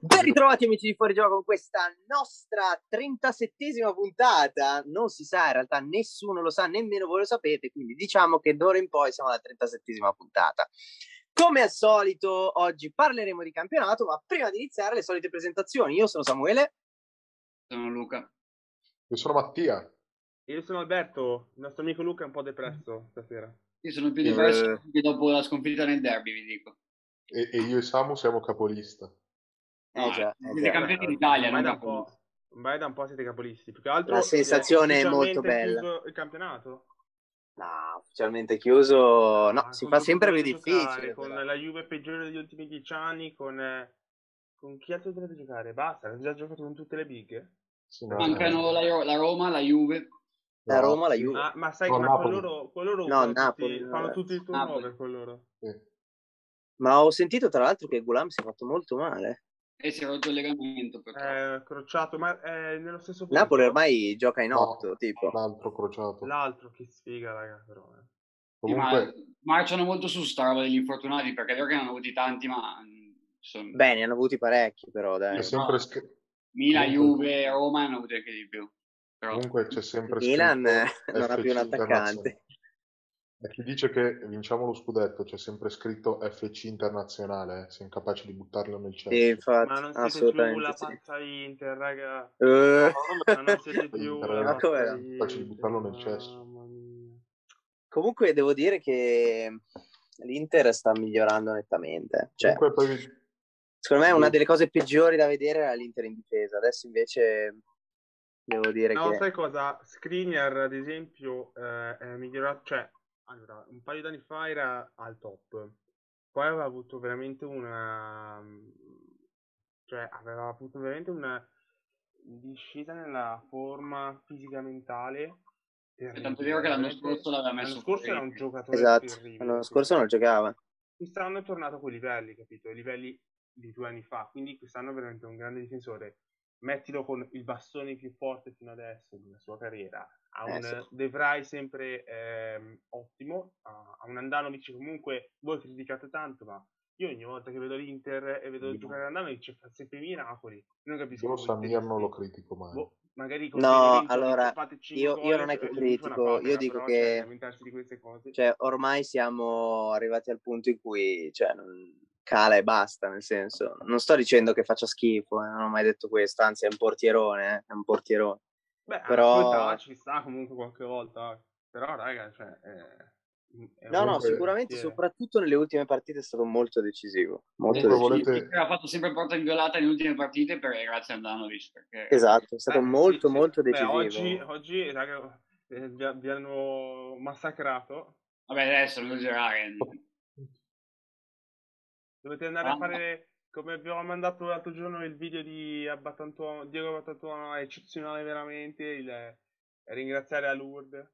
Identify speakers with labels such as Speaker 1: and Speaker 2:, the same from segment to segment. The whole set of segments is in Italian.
Speaker 1: Ben ritrovati amici di Fuori Gioco con questa nostra 37esima puntata. Non si sa, in realtà nessuno lo sa, nemmeno voi lo sapete, quindi diciamo che d'ora in poi siamo alla 37esima puntata. Come al solito, oggi parleremo di campionato, ma prima di iniziare le solite presentazioni. Io sono Samuele.
Speaker 2: Sono Luca.
Speaker 3: Io sono Mattia.
Speaker 4: Io sono Alberto, il nostro amico Luca è un po' depresso stasera.
Speaker 2: Io sono più depresso
Speaker 4: eh,
Speaker 2: che dopo la sconfitta nel derby, vi dico.
Speaker 3: E, e io e Samu siamo capolista.
Speaker 1: Eh già, eh
Speaker 2: Siete
Speaker 1: già.
Speaker 2: campioni d'Italia, non
Speaker 4: ormai da
Speaker 2: da
Speaker 4: un po'. Ormai da un po' siete capolisti. Più che altro
Speaker 1: La sensazione è
Speaker 4: ufficialmente
Speaker 1: molto bella.
Speaker 4: chiuso Il campionato.
Speaker 1: No, ufficialmente chiuso. No,
Speaker 4: Ah,
Speaker 1: si
Speaker 4: con
Speaker 1: fa
Speaker 4: tutto
Speaker 1: sempre più
Speaker 4: quello che giocare,
Speaker 1: difficile.
Speaker 4: Con
Speaker 1: però.
Speaker 4: la Juve peggiore degli ultimi dieci anni, con, eh, con chi altro dovete giocare? Basta, hanno già giocato con tutte le bighe.
Speaker 3: Sì, no,
Speaker 2: Mancano
Speaker 3: no.
Speaker 2: la, la Roma, la Juve.
Speaker 1: La Roma, la Juve.
Speaker 4: Ma, ma sai
Speaker 3: No,
Speaker 4: che
Speaker 3: Napoli.
Speaker 4: coloro, coloro
Speaker 1: No,
Speaker 4: fanno tutti-
Speaker 1: Napoli,
Speaker 4: fanno
Speaker 1: eh,
Speaker 4: tutti il
Speaker 2: Napoli.
Speaker 4: turnover con loro.
Speaker 3: Sì.
Speaker 1: Ma ho sentito tra l'altro che Gulam si è fatto molto male.
Speaker 2: E si è rotto il legamento. purtroppo.
Speaker 4: Eh, crociato, ma eh, nello stesso punto.
Speaker 1: Napoli ormai gioca in
Speaker 3: No.
Speaker 1: otto, tipo.
Speaker 3: L'altro crociato.
Speaker 4: L'altro, che sfiga, raga, però. eh.
Speaker 2: Sì, ma
Speaker 1: Eh,
Speaker 3: Comunque,
Speaker 2: marciano molto su sta roba degli infortunati, perché è vero che ne hanno avuti tanti, ma... mm, mh, sono-
Speaker 1: Beh, ne hanno avuti parecchi, però dai.
Speaker 3: c'è sempre, sch-
Speaker 2: Milan,
Speaker 3: comunque-
Speaker 2: Juve, Roma ne hanno avuti anche di più. Però...
Speaker 3: comunque c'è sempre
Speaker 1: Milan eh,
Speaker 3: scritto
Speaker 1: non ha più un
Speaker 3: FC Internazionale.
Speaker 1: attaccante.
Speaker 3: E chi dice che vinciamo lo scudetto c'è sempre scritto FC internazionale, eh, siamo capaci di buttarlo nel cielo.
Speaker 1: Sì, infatti,
Speaker 4: Ma non siete più la
Speaker 1: assolutamente sì.
Speaker 4: pazza Inter, raga.
Speaker 1: Eh.
Speaker 4: Ma non siete più
Speaker 3: Ma
Speaker 4: la
Speaker 1: come
Speaker 4: pazza
Speaker 1: no?
Speaker 4: Inter,
Speaker 3: Facci di buttarlo nel cesso.
Speaker 4: mamma mia.
Speaker 1: Comunque devo dire che l'Inter sta migliorando nettamente. Cioè,
Speaker 3: Comunque poi
Speaker 1: secondo me una
Speaker 3: sì.
Speaker 1: delle cose peggiori da vedere era l'Inter in difesa. Adesso invece devo dire
Speaker 4: No,
Speaker 1: che...
Speaker 4: sai cosa? Screener, ad esempio, eh, è migliorato, cioè, allora, un paio d'anni fa era al top, poi aveva avuto veramente una, cioè, aveva avuto veramente una discesa nella forma fisica mentale.
Speaker 2: È tanto vero che l'anno scorso l'aveva messo
Speaker 4: L'anno scorso
Speaker 2: fuori.
Speaker 4: era un giocatore
Speaker 1: Esatto,
Speaker 4: terribile,
Speaker 1: l'anno
Speaker 4: sì.
Speaker 1: scorso non giocava.
Speaker 4: quest'anno è tornato a quei livelli, capito? I livelli di due anni fa. Quindi quest'anno è veramente un grande difensore. Mettilo con il bastone più forte fino adesso della sua carriera. Ha
Speaker 1: Eh,
Speaker 4: un
Speaker 1: sì.
Speaker 4: De Vrij sempre ehm, ottimo, ha ha un Andanovic che comunque voi criticate tanto, ma io ogni volta che vedo l'Inter e vedo
Speaker 3: Sì.
Speaker 4: giocare Andanovic fa sempre miracoli. Non capisco.
Speaker 3: io
Speaker 4: voi
Speaker 3: Samir non Boh, lo
Speaker 4: stessi.
Speaker 3: critico mai.
Speaker 4: Boh, magari con
Speaker 1: No,
Speaker 4: Benevento
Speaker 1: allora,
Speaker 4: fate cinque
Speaker 1: io- io non è
Speaker 4: gol
Speaker 1: che
Speaker 4: e vi fa una
Speaker 1: critico, io
Speaker 4: papera,
Speaker 1: dico
Speaker 4: però,
Speaker 1: che-
Speaker 4: cioè, lamentarsi di queste cose.
Speaker 1: Cioè, ormai siamo arrivati al punto in cui cioè, non- cala e basta, nel senso. Non sto dicendo che faccia schifo, eh, non ho mai detto questo, anzi è un portierone, eh, è un portierone.
Speaker 4: Beh,
Speaker 1: Però-
Speaker 4: ascolta, ci sta comunque qualche volta. Però, raga, cioè... eh, è
Speaker 1: No, no,
Speaker 3: Comunque-
Speaker 4: un
Speaker 1: sicuramente,
Speaker 4: portiere.
Speaker 1: soprattutto nelle ultime partite è stato molto decisivo. Molto
Speaker 3: Comunque
Speaker 1: decisivo.
Speaker 3: volete-
Speaker 2: Inter ha fatto sempre porta inviolata nelle ultime partite per, grazie a Andanovic. Perché...
Speaker 1: Esatto, è stato
Speaker 4: Eh, sì,
Speaker 1: molto,
Speaker 4: sì.
Speaker 1: molto
Speaker 4: Beh,
Speaker 1: decisivo.
Speaker 4: oggi, oggi, raga, eh, vi, vi hanno massacrato.
Speaker 2: Vabbè, adesso non esagerare.
Speaker 4: Dovete andare
Speaker 2: Ah.
Speaker 4: a fare, come abbiamo mandato l'altro giorno, il video di Abbattantuono, Diego Abbattantuono, è eccezionale veramente, il, eh, ringraziare a Lourdes.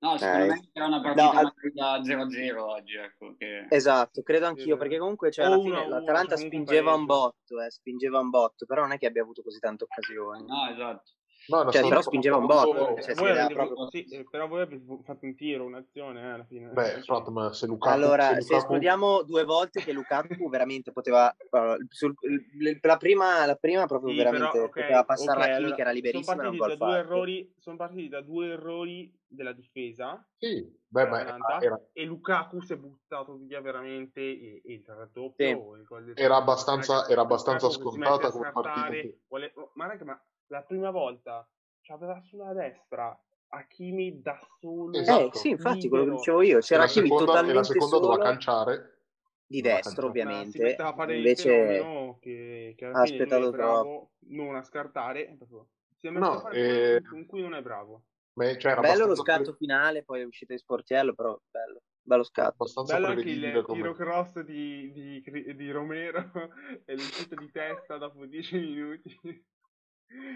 Speaker 2: No, secondo
Speaker 1: Eh,
Speaker 2: me era una partita
Speaker 1: al-
Speaker 2: magari da 0-0 oggi, ecco, che...
Speaker 1: Esatto, credo anch'io,
Speaker 4: eh.
Speaker 1: perché comunque cioè,
Speaker 4: O
Speaker 1: alla
Speaker 4: uno a
Speaker 1: fine
Speaker 4: uno,
Speaker 1: l'Atalanta
Speaker 4: cioè, comunque
Speaker 1: spingeva un
Speaker 4: pareggio.
Speaker 1: botto, eh, spingeva un botto, però non è che abbia avuto così tante occasioni.
Speaker 2: No, esatto.
Speaker 3: No, è una
Speaker 1: Cioè,
Speaker 3: storia-
Speaker 1: però spingeva un
Speaker 4: Voi-
Speaker 1: botto,
Speaker 4: eh,
Speaker 1: cioè, si
Speaker 4: voi
Speaker 1: vedeva
Speaker 4: avete-
Speaker 1: proprio...
Speaker 4: sì, eh, però voi avete fatto un tiro, un'azione, eh, alla fine.
Speaker 3: Beh, frate, ma se Lukaku...
Speaker 1: Allora, se
Speaker 3: Lukaku-
Speaker 1: escludiamo due volte che Lukaku veramente poteva... allora, sul- l- la, prima, la prima proprio
Speaker 4: Sì,
Speaker 1: veramente
Speaker 4: però, ok,
Speaker 1: poteva passare
Speaker 4: ok,
Speaker 1: la
Speaker 4: allora,
Speaker 1: chimica, era liberissima.
Speaker 4: Sono
Speaker 1: era un
Speaker 4: partiti, da
Speaker 1: gol
Speaker 4: due
Speaker 1: fatto.
Speaker 4: errori, sono partiti da due errori della difesa
Speaker 3: Sì, beh, ma
Speaker 4: dell'Atalanta,
Speaker 3: era,
Speaker 1: Cioè,
Speaker 3: era-
Speaker 4: e Lukaku si è buttato via veramente e- e il raddoppio.
Speaker 1: Sì.
Speaker 4: il gol del-
Speaker 3: era abbastanza, era abbastanza
Speaker 4: Lukaku che si mette
Speaker 3: scontata
Speaker 4: a
Speaker 3: come
Speaker 4: scattare,
Speaker 3: partita. sì.
Speaker 4: vuole- oh, Ma raga, ma la prima volta c'aveva sulla destra Hakimi da solo.
Speaker 3: Esatto.
Speaker 1: Eh sì, infatti, quello che
Speaker 4: libero.
Speaker 1: dicevo io,
Speaker 3: E
Speaker 1: c'era
Speaker 3: la
Speaker 1: Hakimi
Speaker 3: seconda- e la
Speaker 1: totalmente
Speaker 3: seconda doveva
Speaker 1: solo
Speaker 3: calciare.
Speaker 1: di
Speaker 3: doveva
Speaker 1: destra,
Speaker 3: calciare.
Speaker 4: Ma si
Speaker 1: ovviamente,
Speaker 4: metteva a fare il
Speaker 1: invece...
Speaker 4: fenomeno che, che
Speaker 1: ha
Speaker 4: alla fine non
Speaker 1: aspettato
Speaker 4: è bravo, non a scartare. proprio Si è messo
Speaker 3: No,
Speaker 4: a fare quello
Speaker 3: eh,
Speaker 4: con cui non è bravo.
Speaker 3: Ma- cioè, era
Speaker 1: Bello lo
Speaker 3: abbastanza
Speaker 1: scatto finale, poi è uscito di sportiello, però bello, bello
Speaker 3: pre-
Speaker 1: scatto.
Speaker 3: abbastanza
Speaker 4: Bello anche il
Speaker 3: prevedibile come-
Speaker 4: tiro cross di, di, Cri- di Romero e l'uscita di testa dopo 10 minuti.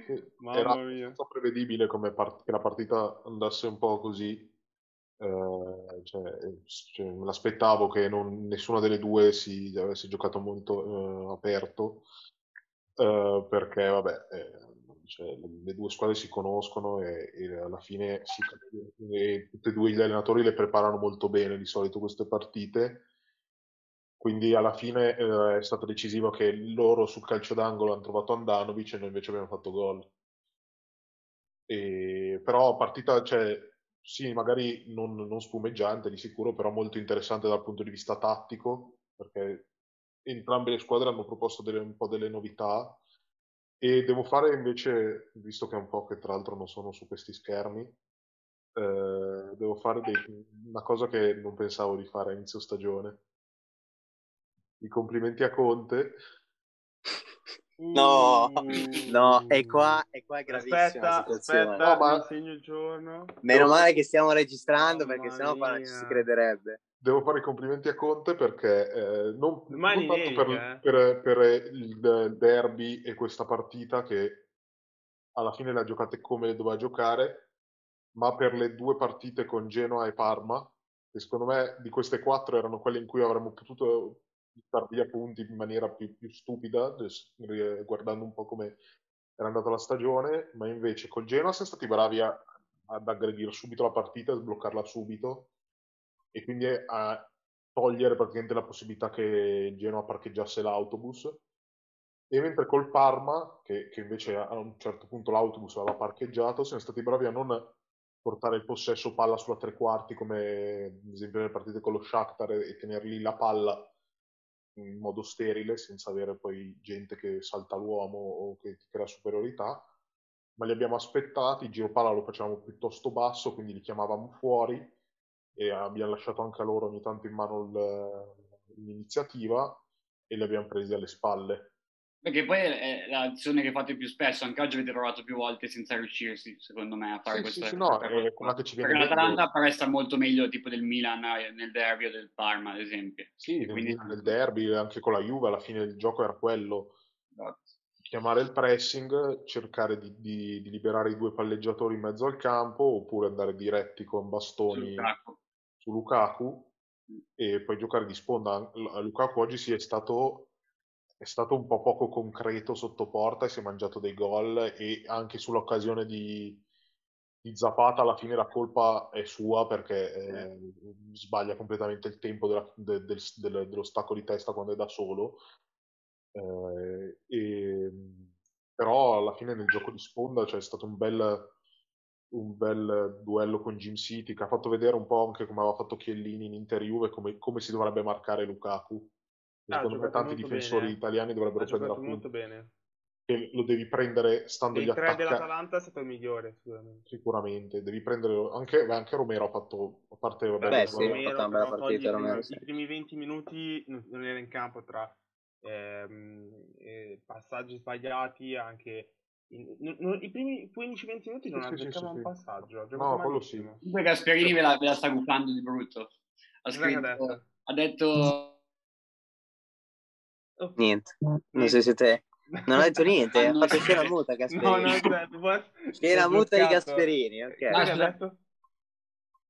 Speaker 3: Sì,
Speaker 4: Mamma
Speaker 3: era
Speaker 4: mia.
Speaker 3: abbastanza prevedibile come part- che la partita andasse un po' così. eh, cioè, eh, cioè, me l'aspettavo che non- nessuna delle due si avesse giocato molto eh, aperto, eh, perché vabbè, eh, cioè, le, le due squadre si conoscono e, e alla fine si capiscono e tutte e due gli allenatori le preparano molto bene di solito queste partite. Quindi alla fine eh, è stato decisivo che loro sul calcio d'angolo hanno trovato Andanovic e noi invece abbiamo fatto gol. E, però partita, cioè, sì, magari non, non spumeggiante di sicuro, però molto interessante dal punto di vista tattico, perché entrambe le squadre hanno proposto delle, un po' delle novità. E devo fare invece, visto che è un po' che tra l'altro non sono su questi schermi, eh, devo fare dei- una cosa che non pensavo di fare a inizio stagione. I complimenti a Conte.
Speaker 1: No,
Speaker 4: Uh.
Speaker 1: no, e qua, e qua è gravissima la
Speaker 4: Aspetta,
Speaker 1: situazione.
Speaker 4: aspetta,
Speaker 3: No, ma-
Speaker 4: mi segno il giorno.
Speaker 1: Meno male che stiamo registrando
Speaker 4: Mamma
Speaker 1: perché sennò qua non ci
Speaker 4: mia.
Speaker 1: si crederebbe.
Speaker 3: Devo fare i complimenti a Conte perché eh, non,
Speaker 4: Domani
Speaker 3: non tanto per,
Speaker 4: nevica, eh.
Speaker 3: per- per il derby e questa partita che alla fine la giocate come le doveva giocare, ma per le due partite con Genoa e Parma, che secondo me di queste quattro erano quelle in cui avremmo potuto buttar via punti in maniera più, più stupida, des- ri- guardando un po' come era andata la stagione, ma invece col Genoa siamo stati bravi a- ad aggredire subito la partita, a sbloccarla subito e quindi a togliere praticamente la possibilità che il Genoa parcheggiasse l'autobus. E mentre col Parma, che, che invece a un certo punto l'autobus aveva parcheggiato, siamo stati bravi a non portare il possesso palla sulla tre quarti, come ad esempio nelle partite con lo Shakhtar, e e tener lì la palla in modo sterile, senza avere poi gente che salta l'uomo o che ti crea superiorità. Ma li abbiamo aspettati, il giro palla lo facevamo piuttosto basso, quindi li chiamavamo fuori e abbiamo lasciato anche a loro ogni tanto in mano il- l'iniziativa e li abbiamo presi alle spalle.
Speaker 2: Perché poi è l'azione che fate più spesso, anche oggi avete provato più volte senza riuscirsi, secondo me, a fare
Speaker 3: Sì,
Speaker 2: questa
Speaker 3: sì, sì, no,
Speaker 2: questa
Speaker 3: è
Speaker 2: cosa
Speaker 3: quella
Speaker 2: qua.
Speaker 3: che ci viene
Speaker 2: Perché l'Atalanta
Speaker 3: dentro.
Speaker 2: pare sta molto meglio tipo del Milan eh, nel derby o del Parma, ad esempio.
Speaker 3: Sì,
Speaker 2: E
Speaker 3: nel,
Speaker 2: quindi
Speaker 3: nel derby, anche con la Juve, alla fine il gioco era quello,
Speaker 2: Esatto.
Speaker 3: chiamare il pressing, cercare di, di- di liberare i due palleggiatori in mezzo al campo, oppure andare diretti con
Speaker 2: sul
Speaker 3: bastoni
Speaker 2: Lukaku.
Speaker 3: su Lukaku e poi giocare di sponda. L- Lukaku oggi sì, è stato, è stato un po' poco concreto sotto porta e si è mangiato dei gol e anche sull'occasione di, di Zapata alla fine la colpa è sua perché eh, sbaglia completamente il tempo della- de- del- del- dello stacco di testa quando è da solo. Eh, e- però alla fine nel gioco di sponda cioè, è stato un bel, un bel duello con Jim City che ha fatto vedere un po' anche come aveva fatto Chiellini in Inter Juve, come, come si dovrebbe marcare Lukaku.
Speaker 4: Ah, ha
Speaker 3: Secondo me
Speaker 4: giocato
Speaker 3: tanti
Speaker 4: molto
Speaker 3: difensori
Speaker 4: bene, eh.
Speaker 3: italiani dovrebbero
Speaker 4: Ha
Speaker 3: prendere
Speaker 4: giocato
Speaker 3: appunto
Speaker 4: molto bene.
Speaker 3: che lo devi prendere standogli
Speaker 4: Dei tre
Speaker 3: attacca
Speaker 4: dell'Atalanta è stato il migliore, sicuramente.
Speaker 3: sicuramente, devi prendere anche, beh, anche Romero ha fatto, a parte vabbè,
Speaker 1: Beh,
Speaker 3: le
Speaker 1: sì, ha
Speaker 3: sbagliate-
Speaker 1: fatto una bella
Speaker 4: però
Speaker 1: partita,
Speaker 4: togli i primi,
Speaker 1: Romero, sì.
Speaker 4: i primi 20 minuti non non era in campo tra ehm, eh, passaggi sbagliati, anche in- non- non- i primi 15-20 minuti non
Speaker 3: Sì, sì, sì, sì,
Speaker 4: azzeccava un
Speaker 3: sì.
Speaker 4: passaggio, ha giocato
Speaker 3: No, quello
Speaker 4: malissimo.
Speaker 2: Comunque Gasperini ve la, ve la sta bucando di brutto. Ha
Speaker 4: Cos'è che ha
Speaker 2: scritto,
Speaker 4: detto?
Speaker 2: ha detto
Speaker 4: Oh,
Speaker 1: Niente, non so se te. Non ho detto niente, ha
Speaker 2: hanno
Speaker 1: fatto scena muta
Speaker 4: No, no,
Speaker 1: Gasperini.
Speaker 4: aspetta, guarda,
Speaker 1: Scena
Speaker 4: l'ho
Speaker 1: muta di
Speaker 4: bloccato. Ah,
Speaker 1: Gasperini, ok.
Speaker 4: Cos'è che ha detto?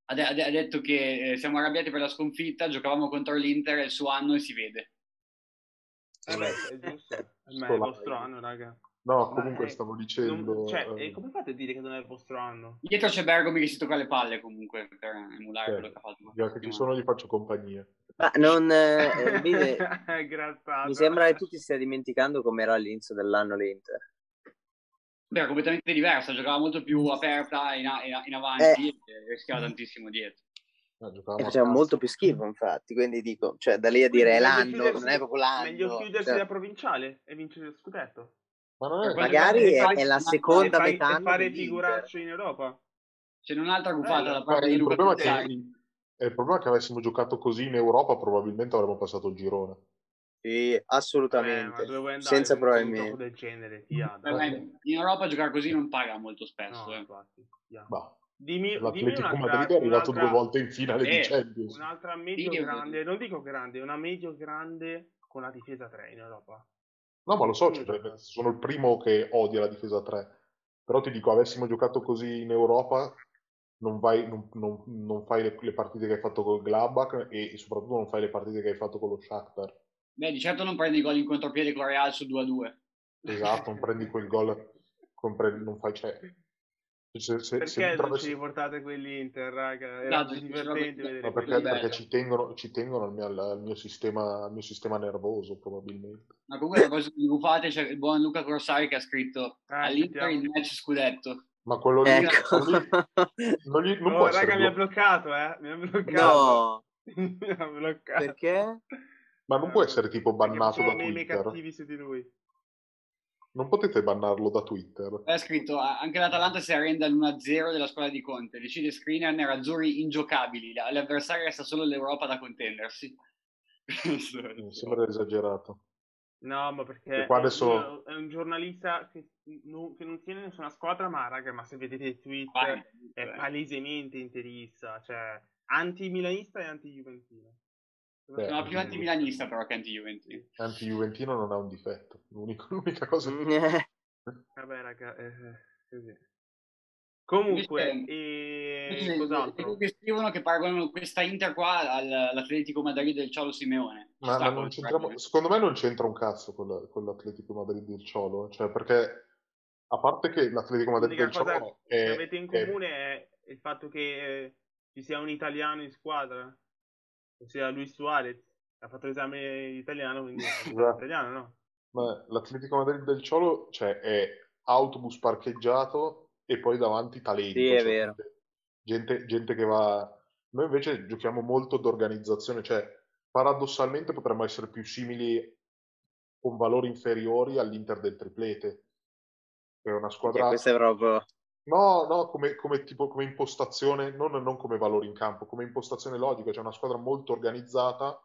Speaker 2: ha, de- ha de- ha detto che eh, siamo arrabbiati per la sconfitta, giocavamo contro l'Inter, è il suo anno e si vede.
Speaker 4: Eh beh, è giusto. Ma è
Speaker 3: Sto
Speaker 4: il
Speaker 3: là.
Speaker 4: vostro anno, raga.
Speaker 3: No,
Speaker 4: Ma
Speaker 3: comunque
Speaker 4: è-
Speaker 3: stavo
Speaker 4: non-
Speaker 3: dicendo
Speaker 4: cioè,
Speaker 3: eh,
Speaker 4: e come fate a dire che non è il vostro anno?
Speaker 2: Dietro c'è Bergomi che si tocca le palle comunque per emulare
Speaker 3: cioè,
Speaker 2: quello che ha fatto.
Speaker 3: già che ci sono gli faccio compagnia.
Speaker 1: Ma non... eh, Vide,
Speaker 4: Grattato.
Speaker 1: mi sembra che tu ti stia dimenticando com'era all'inizio dell'anno l'Inter.
Speaker 2: Beh, era completamente diversa, giocava molto più aperta in, a- in a- in avanti e rischiava tantissimo dietro.
Speaker 3: Eh,
Speaker 1: E
Speaker 3: giocavamo a
Speaker 1: faceva
Speaker 3: cazzo.
Speaker 1: molto più schifo, infatti. Quindi dico, cioè, da lì a dire è
Speaker 4: Quindi meglio
Speaker 1: l'anno,
Speaker 4: chiudersi-
Speaker 1: non è proprio l'anno.
Speaker 4: Meglio chiudersi
Speaker 1: cioè,
Speaker 4: la provinciale e vincere lo scudetto.
Speaker 3: Ma non
Speaker 1: Eh,
Speaker 2: Per
Speaker 3: è...
Speaker 2: quanto
Speaker 1: magari
Speaker 2: riguarda-
Speaker 1: è,
Speaker 2: e
Speaker 1: è la
Speaker 2: fai-
Speaker 4: E,
Speaker 1: seconda
Speaker 4: fai-
Speaker 1: metà
Speaker 4: e
Speaker 1: anno
Speaker 4: fare
Speaker 1: dell'Inter.
Speaker 4: figuraccio in Europa.
Speaker 2: C'è un'altra gufata
Speaker 4: Eh,
Speaker 2: da
Speaker 3: Guarda,
Speaker 2: parte di
Speaker 3: il
Speaker 2: Luca
Speaker 3: problema è che,
Speaker 2: Pizzari.
Speaker 4: Sì.
Speaker 3: eh, il problema è che avessimo giocato così in Europa probabilmente avremmo passato il girone.
Speaker 1: Sì,
Speaker 4: Vabbè, Eh, ma
Speaker 1: assolutamente.
Speaker 4: dove vuoi andare
Speaker 1: Senza
Speaker 4: con, con un
Speaker 1: probabilmente.
Speaker 4: gioco del genere? Via,
Speaker 2: Per
Speaker 4: dai.
Speaker 2: me in Europa giocare così non paga molto
Speaker 4: No,
Speaker 2: spesso. eh.
Speaker 4: infatti. via.
Speaker 3: Ma
Speaker 4: Dimmi, dimmi
Speaker 3: l'Atletico
Speaker 4: un'altra,
Speaker 3: Madrid è arrivato due
Speaker 4: un'altra,
Speaker 3: volte in finale di
Speaker 2: Eh,
Speaker 3: Champions.
Speaker 4: un'altra
Speaker 2: Sì,
Speaker 4: medio
Speaker 2: che-
Speaker 4: grande, non dico grande, una medio grande con la difesa 3 in Europa.
Speaker 3: No, ma lo so,
Speaker 4: Nessuno
Speaker 3: cioè,
Speaker 4: gioca.
Speaker 3: sono il primo che odia la difesa 3. Però ti dico, avessimo giocato così in Europa, non, vai- non- non- non fai le, le partite che hai fatto con Gladbach e, e soprattutto non fai le partite che hai fatto con lo Shakhtar.
Speaker 2: Beh, di certo non prendi gol in contropiede con la Real su 2-2.
Speaker 3: Esatto, non prendi quel gol, non, pre- non fai... Cioè, Se, se,
Speaker 4: Perché
Speaker 3: se mi
Speaker 4: non
Speaker 3: trovassi-
Speaker 4: ci riportate quell'Inter, raga?
Speaker 2: No,
Speaker 4: Era più
Speaker 2: ci- ci-
Speaker 4: divertente
Speaker 2: no,
Speaker 3: No, perché,
Speaker 4: vedere
Speaker 2: Quindi,
Speaker 4: quell'Inter.
Speaker 3: perché
Speaker 2: beh.
Speaker 3: ci tengono, ci tengono al, mio, al mio sistema, al mio sistema nervoso, probabilmente.
Speaker 2: Ma comunque la cosa più fate c'è il buon Luca Corsari che ha scritto
Speaker 4: Ah,
Speaker 2: all'Inter
Speaker 4: sentiamo.
Speaker 2: il match scudetto.
Speaker 3: Ma quello lì,
Speaker 1: Ecco.
Speaker 3: quello lì non, gli- non
Speaker 4: Oh,
Speaker 3: può
Speaker 4: raga,
Speaker 3: essere
Speaker 4: mi ha
Speaker 3: blo-
Speaker 4: bloccato, eh. Mi ha bloccato.
Speaker 1: no,
Speaker 4: mi ha bloccato.
Speaker 1: perché?
Speaker 3: ma non può essere tipo
Speaker 4: Perché
Speaker 3: bannato
Speaker 4: facevo
Speaker 3: da
Speaker 4: meme
Speaker 3: Twitter.
Speaker 4: cattivi su di lui.
Speaker 3: Non potete bannarlo da Twitter.
Speaker 2: Poi Ha scritto "Ah, anche l'Atalanta si arrende all'1-0 della squadra di Conte. Decide screener nerazzurri ingiocabili. La- L'avversario resta solo l'Europa da contendersi.
Speaker 3: Mi sembra esagerato.
Speaker 4: No, ma perché
Speaker 3: E qua
Speaker 4: è-
Speaker 3: adesso-
Speaker 4: è un giornalista che non, che non tiene nessuna squadra, ma raga, ma se vedete i tweet
Speaker 2: Vai,
Speaker 4: è
Speaker 2: vai.
Speaker 4: palesemente interista, cioè anti-milanista e anti-juventino.
Speaker 3: Beh,
Speaker 2: Sono
Speaker 4: eh,
Speaker 2: più anti-milanista però che anti-Juventus.
Speaker 3: Anzi, Juventino non ha un difetto. L'unico- l'unica cosa
Speaker 4: Mm,
Speaker 3: che
Speaker 1: Eh,
Speaker 4: Vabbè, raga, eh, così. Comunque,
Speaker 2: Invece-
Speaker 4: e
Speaker 2: Invece
Speaker 4: cos'altro?
Speaker 2: quelli che scrivono che paragonano questa Inter qua al- all'Atletico Madrid del Ciolo Simeone. Ci
Speaker 3: Ma,
Speaker 2: sta
Speaker 3: ma
Speaker 2: come
Speaker 3: non c'entriamo,
Speaker 2: paragone.
Speaker 3: secondo me non c'entra un cazzo con, la- con l'Atletico Madrid del Ciolo, eh. cioè perché a parte che l'Atletico Madrid
Speaker 4: L'unica
Speaker 3: del
Speaker 4: cosa
Speaker 3: Ciolo
Speaker 4: che
Speaker 3: è,
Speaker 4: avete in
Speaker 3: è-
Speaker 4: comune è il fatto che eh, ci sia un italiano in squadra, ossia Luis Suarez. Ha fatto l'esame italiano, quindi è
Speaker 3: Esatto.
Speaker 4: italiano, no?
Speaker 3: ma l'Atletico Madrid del Ciolo cioè, è autobus parcheggiato e poi davanti talento,
Speaker 1: Sì, è
Speaker 3: cioè,
Speaker 1: vero.
Speaker 3: gente, gente che va... Noi invece giochiamo molto d'organizzazione, cioè paradossalmente potremmo essere più simili con valori inferiori all'Inter del triplete. È una squadra...
Speaker 1: questo è proprio...
Speaker 3: No, no, come, come tipo, come impostazione, non, non come valori in campo, come impostazione logica, c'è una squadra molto organizzata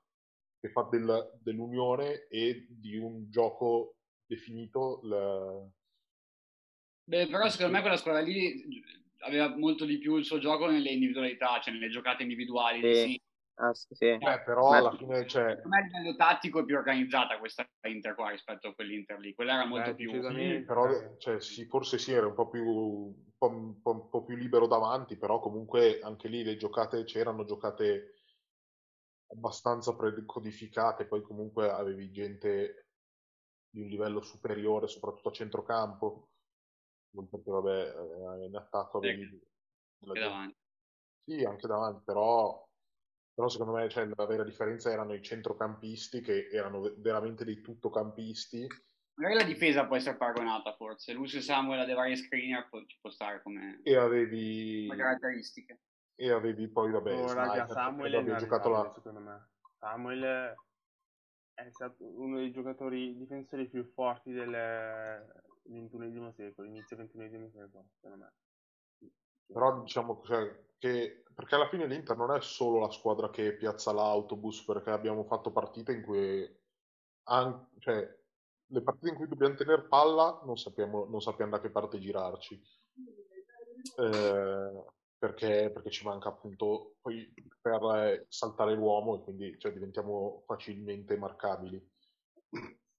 Speaker 3: che fa del- dell'unione e di un gioco definito la-
Speaker 2: Beh, però secondo me quella squadra lì aveva molto di più il suo gioco nelle individualità, cioè nelle giocate individuali.
Speaker 1: Sì.
Speaker 2: sì.
Speaker 1: Ah, sì, sì.
Speaker 3: Beh, però
Speaker 1: Ma-
Speaker 3: alla fine cioè,
Speaker 2: Secondo me a livello tattico è più organizzata questa Inter qua rispetto a quell'Inter lì. Quella era molto
Speaker 4: Beh,
Speaker 2: più...
Speaker 4: decisamente.
Speaker 3: però cioè, sì, forse sì, era un po' più, un po', un po'- un po' più libero davanti, però comunque anche lì le giocate c'erano giocate abbastanza precodificate, poi comunque avevi gente di un livello superiore, soprattutto a centrocampo, non perché vabbè, eh, in attacco avevi della
Speaker 2: Anche
Speaker 3: gente-
Speaker 2: davanti.
Speaker 3: sì, anche davanti, però, però secondo me cioè, la vera differenza erano i centrocampisti che erano ve- veramente dei tuttocampisti.
Speaker 2: Magari la difesa può essere paragonata forse. Lucio Samuel ha dei vari screener, può- ci può stare come
Speaker 3: E avevi,
Speaker 2: come caratteristiche.
Speaker 3: e avevi poi, vabbè,
Speaker 4: Oh,
Speaker 3: Snyder,
Speaker 4: raga,
Speaker 3: perché
Speaker 4: Samuel è
Speaker 3: l'abbia giocato là.
Speaker 4: inarrestabile, secondo me. Samuel è stato uno dei giocatori difensori più forti del XXI secolo, inizio XXI secolo, secondo me.
Speaker 3: Però diciamo cioè, che perché alla fine l'Inter non è solo la squadra che piazza l'autobus, perché abbiamo fatto partite in cui an- cioè, le partite in cui dobbiamo tenere palla non sappiamo, non sappiamo da che parte girarci. Eh, perché, perché ci manca appunto poi per eh, saltare l'uomo e quindi cioè, diventiamo facilmente marcabili.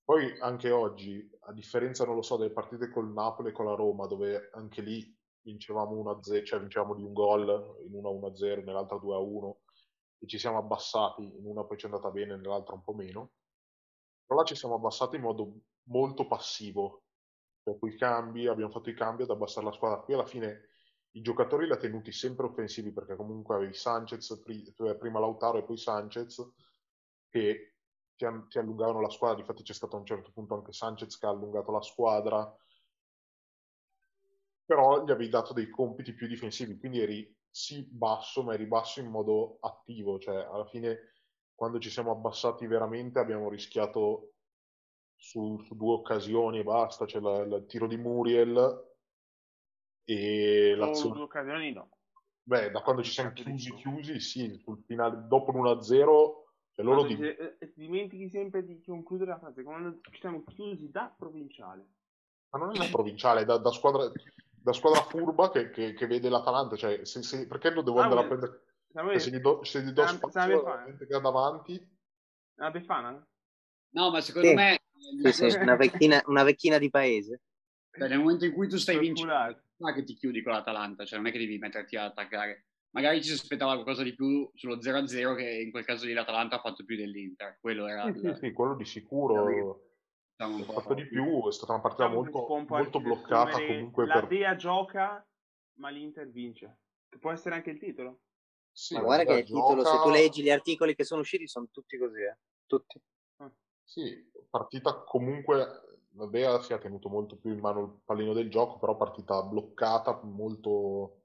Speaker 3: Poi anche oggi, a differenza, non lo so, delle partite col Napoli e con la Roma, dove anche lì vincevamo 1-0, cioè vincevamo di un gol in una 1-0, nell'altra 2-1 e ci siamo abbassati, in una poi ci è andata bene, nell'altra un po' meno. Però là ci siamo abbassati in modo molto passivo, per cui cambi, abbiamo fatto i cambi ad abbassare la squadra. Qui alla fine i giocatori li ha tenuti sempre offensivi perché comunque avevi Sanchez, pri- cioè, prima Lautaro e poi Sanchez che ti, an- ti allungavano la squadra, infatti c'è stato a un certo punto anche Sanchez che ha allungato la squadra, però gli avevi dato dei compiti più difensivi, quindi eri sì basso, ma eri basso in modo attivo, cioè alla fine quando ci siamo abbassati veramente abbiamo rischiato su, su due occasioni e basta, c'è la- la- il tiro di Muriel e
Speaker 4: Solo
Speaker 3: l'azione
Speaker 4: due occasioni no.
Speaker 3: Beh, da quando ci siamo
Speaker 4: Capito.
Speaker 3: chiusi, chiusi, sì, sul finale, dopo l'1-0, cioè loro
Speaker 4: Quando
Speaker 3: di-
Speaker 4: ci- eh, dimentichi sempre di concludere la frase, quando ci siamo chiusi da provinciale.
Speaker 3: ma non è una provinciale, da, da squadra, da squadra furba che, che- che vede l'Atalanta, cioè, se- se- perché lo devo andare a
Speaker 4: Samuel,
Speaker 3: prendere?
Speaker 4: Samuel,
Speaker 3: se gli do, se gli do
Speaker 4: Ah, Sam-
Speaker 3: spazio
Speaker 4: Samuel
Speaker 3: alla
Speaker 4: fa-
Speaker 3: gente che ha davanti,
Speaker 4: è una Ah, Befana?
Speaker 2: No, ma secondo
Speaker 1: Sì.
Speaker 2: me
Speaker 1: Sì, sì, una, vecchina, una vecchina di paese.
Speaker 2: Cioè, nel momento in cui tu stai vincendo,
Speaker 4: Calcolare.
Speaker 3: Cioè,
Speaker 2: non è che ti chiudi con l'Atalanta, cioè non è che devi metterti ad attaccare. Magari ci si aspettava qualcosa di più sullo 0-0, che in quel caso lì l'Atalanta ha fatto più dell'Inter. Quello era
Speaker 3: sì,
Speaker 2: il-
Speaker 3: sì, sì, quello di sicuro,
Speaker 2: diciamo, un
Speaker 3: ha
Speaker 2: po'-
Speaker 3: fatto di più, è stata una partita
Speaker 4: Diciamo che si
Speaker 3: molto,
Speaker 4: può un po'
Speaker 3: molto
Speaker 4: anche
Speaker 3: bloccata
Speaker 4: riassumere
Speaker 3: comunque
Speaker 4: la
Speaker 3: per...
Speaker 4: Dea gioca ma l'Inter vince. Che può essere anche il titolo.
Speaker 3: Sì,
Speaker 1: Ma guarda
Speaker 3: la
Speaker 1: che il titolo, se tu
Speaker 3: gioca-
Speaker 1: leggi gli articoli che sono usciti, sono tutti così, eh. Tutti.
Speaker 3: Sì, partita comunque, la Bea si è tenuto molto più in mano il pallino del gioco, però partita bloccata, molto...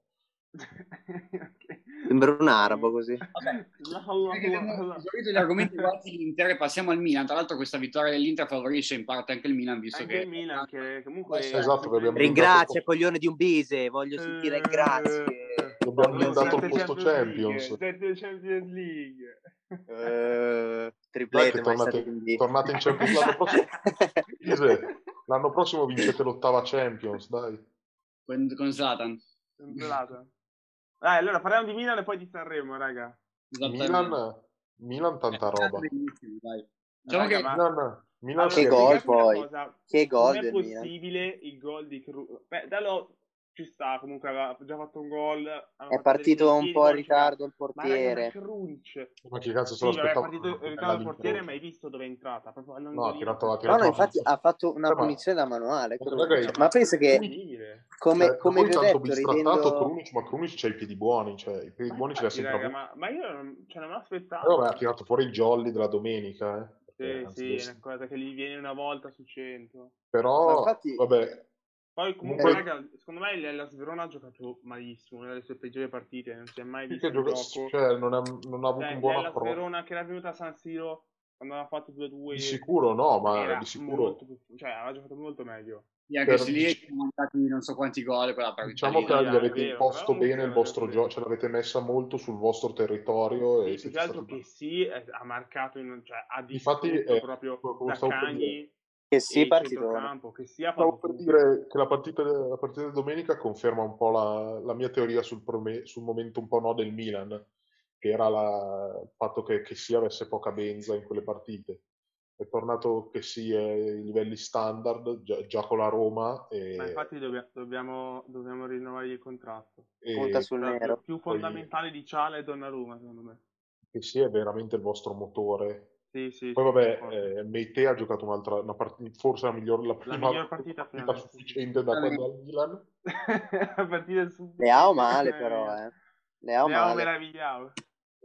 Speaker 4: Ok.
Speaker 1: Sembra un arabo così.
Speaker 2: Vabbè.
Speaker 4: Allahu
Speaker 2: Perché abbiamo
Speaker 4: Akbar.
Speaker 2: esaurito gli argomenti riguardanti l'Inter e passiamo al Milan. Tra l'altro, questa vittoria dell'Inter favorisce in parte anche il Milan, visto
Speaker 4: Anche
Speaker 2: che
Speaker 4: il Milan che comunque...
Speaker 3: Questo è esatto, che abbiamo
Speaker 1: Ringrazia,
Speaker 3: blindato-
Speaker 1: coglione di un bise, voglio sentire il grazie.
Speaker 3: Abbiamo
Speaker 1: Voglio
Speaker 3: blindato il
Speaker 1: sentire-
Speaker 3: posto Champions.
Speaker 4: League, Champions League.
Speaker 1: Eh,
Speaker 3: Dai
Speaker 1: triplete,
Speaker 3: che
Speaker 1: ma è stato
Speaker 3: tornate,
Speaker 1: in B.
Speaker 3: tornate in Champions l'anno prossimo. Ise, l'anno prossimo vincete l'ottava Champions, dai.
Speaker 2: con, con Zlatan.
Speaker 4: Sembrata. Dai, allora parliamo di Milan e poi di Sanremo, raga.
Speaker 1: Ah,
Speaker 2: Esattamente.
Speaker 3: Milan, Milan
Speaker 4: Eh,
Speaker 3: tanta roba.
Speaker 2: Benissimo, dai. Diciamo
Speaker 4: Raga,
Speaker 2: che
Speaker 4: ma-
Speaker 3: Milan, Milan
Speaker 1: Che
Speaker 3: si è-
Speaker 1: gol
Speaker 4: spiegatemi una
Speaker 1: poi.
Speaker 4: cosa.
Speaker 1: Che gol
Speaker 4: non è
Speaker 1: del Milan.
Speaker 4: possibile il gol di Cruz. Beh, Dallo ci sta, comunque aveva già fatto un gol. aveva
Speaker 1: È
Speaker 4: fatto
Speaker 1: partito
Speaker 4: dei
Speaker 1: un
Speaker 4: piedi,
Speaker 1: po' in
Speaker 4: poi ci va.
Speaker 1: ritardo il
Speaker 4: Ma raga, ma
Speaker 1: portiere.
Speaker 4: Krunic.
Speaker 3: Ma che cazzo se
Speaker 4: Sì,
Speaker 3: lo
Speaker 4: vabbè, è
Speaker 3: aspettavo?
Speaker 4: partito in ritardo il portiere, ma hai visto dove è entrata? Proprio
Speaker 3: No, ha tirato, ha
Speaker 1: No,
Speaker 3: tirato
Speaker 1: no,
Speaker 3: la
Speaker 1: infatti
Speaker 3: punizione.
Speaker 1: ha fatto una
Speaker 3: Ma-
Speaker 1: punizione da manuale.
Speaker 3: Ma
Speaker 1: Krunic.
Speaker 3: ragazzi-
Speaker 1: Ma penso che,
Speaker 4: Incredibile.
Speaker 3: Cioè,
Speaker 1: come, come
Speaker 3: voi
Speaker 1: vi ho
Speaker 3: tanto
Speaker 1: detto,
Speaker 3: bistrattato
Speaker 1: ridendo...
Speaker 3: Krunic, ma Krunic c'ha i piedi buoni, cioè i piedi
Speaker 4: Ma
Speaker 3: buoni ce li ha
Speaker 4: infatti,
Speaker 3: sempre
Speaker 4: raga,
Speaker 3: avuti.
Speaker 4: ma, ma io non, cioè, non me l'aspettavo.
Speaker 3: Allora ha tirato fuori il jolly della domenica, eh. Perché,
Speaker 4: Sì,
Speaker 3: anzi,
Speaker 4: sì, è
Speaker 3: adesso-
Speaker 4: una cosa che gli viene una volta su 100.
Speaker 1: Ma
Speaker 3: Però,
Speaker 1: infatti-
Speaker 3: Oh, vabbè,
Speaker 4: Poi comunque,
Speaker 3: Eh.
Speaker 4: raga, secondo me la- la Sverona ha giocato malissimo, una delle sue peggiori partite, non si è mai
Speaker 3: più
Speaker 4: visto
Speaker 3: che
Speaker 4: in
Speaker 3: gioca-
Speaker 4: gioco.
Speaker 3: cioè, non, è- non ha avuto
Speaker 4: Cioè,
Speaker 3: un buon
Speaker 4: la
Speaker 3: approccio.
Speaker 4: Sverona che era venuta a San Siro quando aveva fatto 2-2
Speaker 3: Di sicuro no, ma
Speaker 4: era
Speaker 3: di sicuro...
Speaker 4: molto più- cioè, aveva giocato molto meglio.
Speaker 2: sì, anche
Speaker 3: per-
Speaker 2: se lì siamo mandati non so quanti gol quella partita
Speaker 3: Diciamo
Speaker 2: lì,
Speaker 3: che
Speaker 2: dai.
Speaker 4: Sì,
Speaker 3: gli
Speaker 4: dai, Eh, è
Speaker 3: avete
Speaker 4: vero, però
Speaker 3: imposto
Speaker 4: comunque
Speaker 3: bene il
Speaker 4: non è
Speaker 3: vostro
Speaker 4: vero.
Speaker 3: gioco, ce l'avete messa molto sul vostro territorio e
Speaker 4: Sì, più
Speaker 3: siete
Speaker 4: che altro
Speaker 3: stati...
Speaker 4: che sì, eh, ha marcato, in- cioè, ha distrutto
Speaker 3: Infatti, eh,
Speaker 4: proprio
Speaker 3: come
Speaker 4: da
Speaker 3: stavo per dire,
Speaker 4: Cagni
Speaker 1: Che
Speaker 4: e
Speaker 1: sì,
Speaker 4: il
Speaker 1: partitone.
Speaker 4: centrocampo, che sia
Speaker 3: Stavo
Speaker 4: fatto
Speaker 3: per
Speaker 4: tutto.
Speaker 3: dire che la partita, la partita di domenica conferma un po' la, la mia teoria sul, prome- sul momento un po' no del Milan, che era la- il fatto che, che si avesse poca benza in quelle partite. È tornato che si ai livelli standard, già, già con la Roma, e,
Speaker 4: Ma infatti dobbia- dobbiamo, dobbiamo rinnovare il contratto.
Speaker 3: e
Speaker 1: Punta sul
Speaker 4: Tra-
Speaker 1: nero.
Speaker 4: più
Speaker 3: poi
Speaker 4: fondamentale di Ciala e Donnarumma, secondo me.
Speaker 3: che si è veramente il vostro motore.
Speaker 4: Sì, sì,
Speaker 3: Poi
Speaker 4: sì,
Speaker 3: vabbè,
Speaker 4: d'accordo.
Speaker 3: eh, Meite ha giocato un'altra, una partita, forse la miglior, la prima
Speaker 4: miglior partita fino adesso.
Speaker 3: sufficiente da quando al Milan.
Speaker 4: a partire subito.
Speaker 1: Leao male però, eh. Leao
Speaker 4: Leao
Speaker 1: male.
Speaker 4: meravigliavo.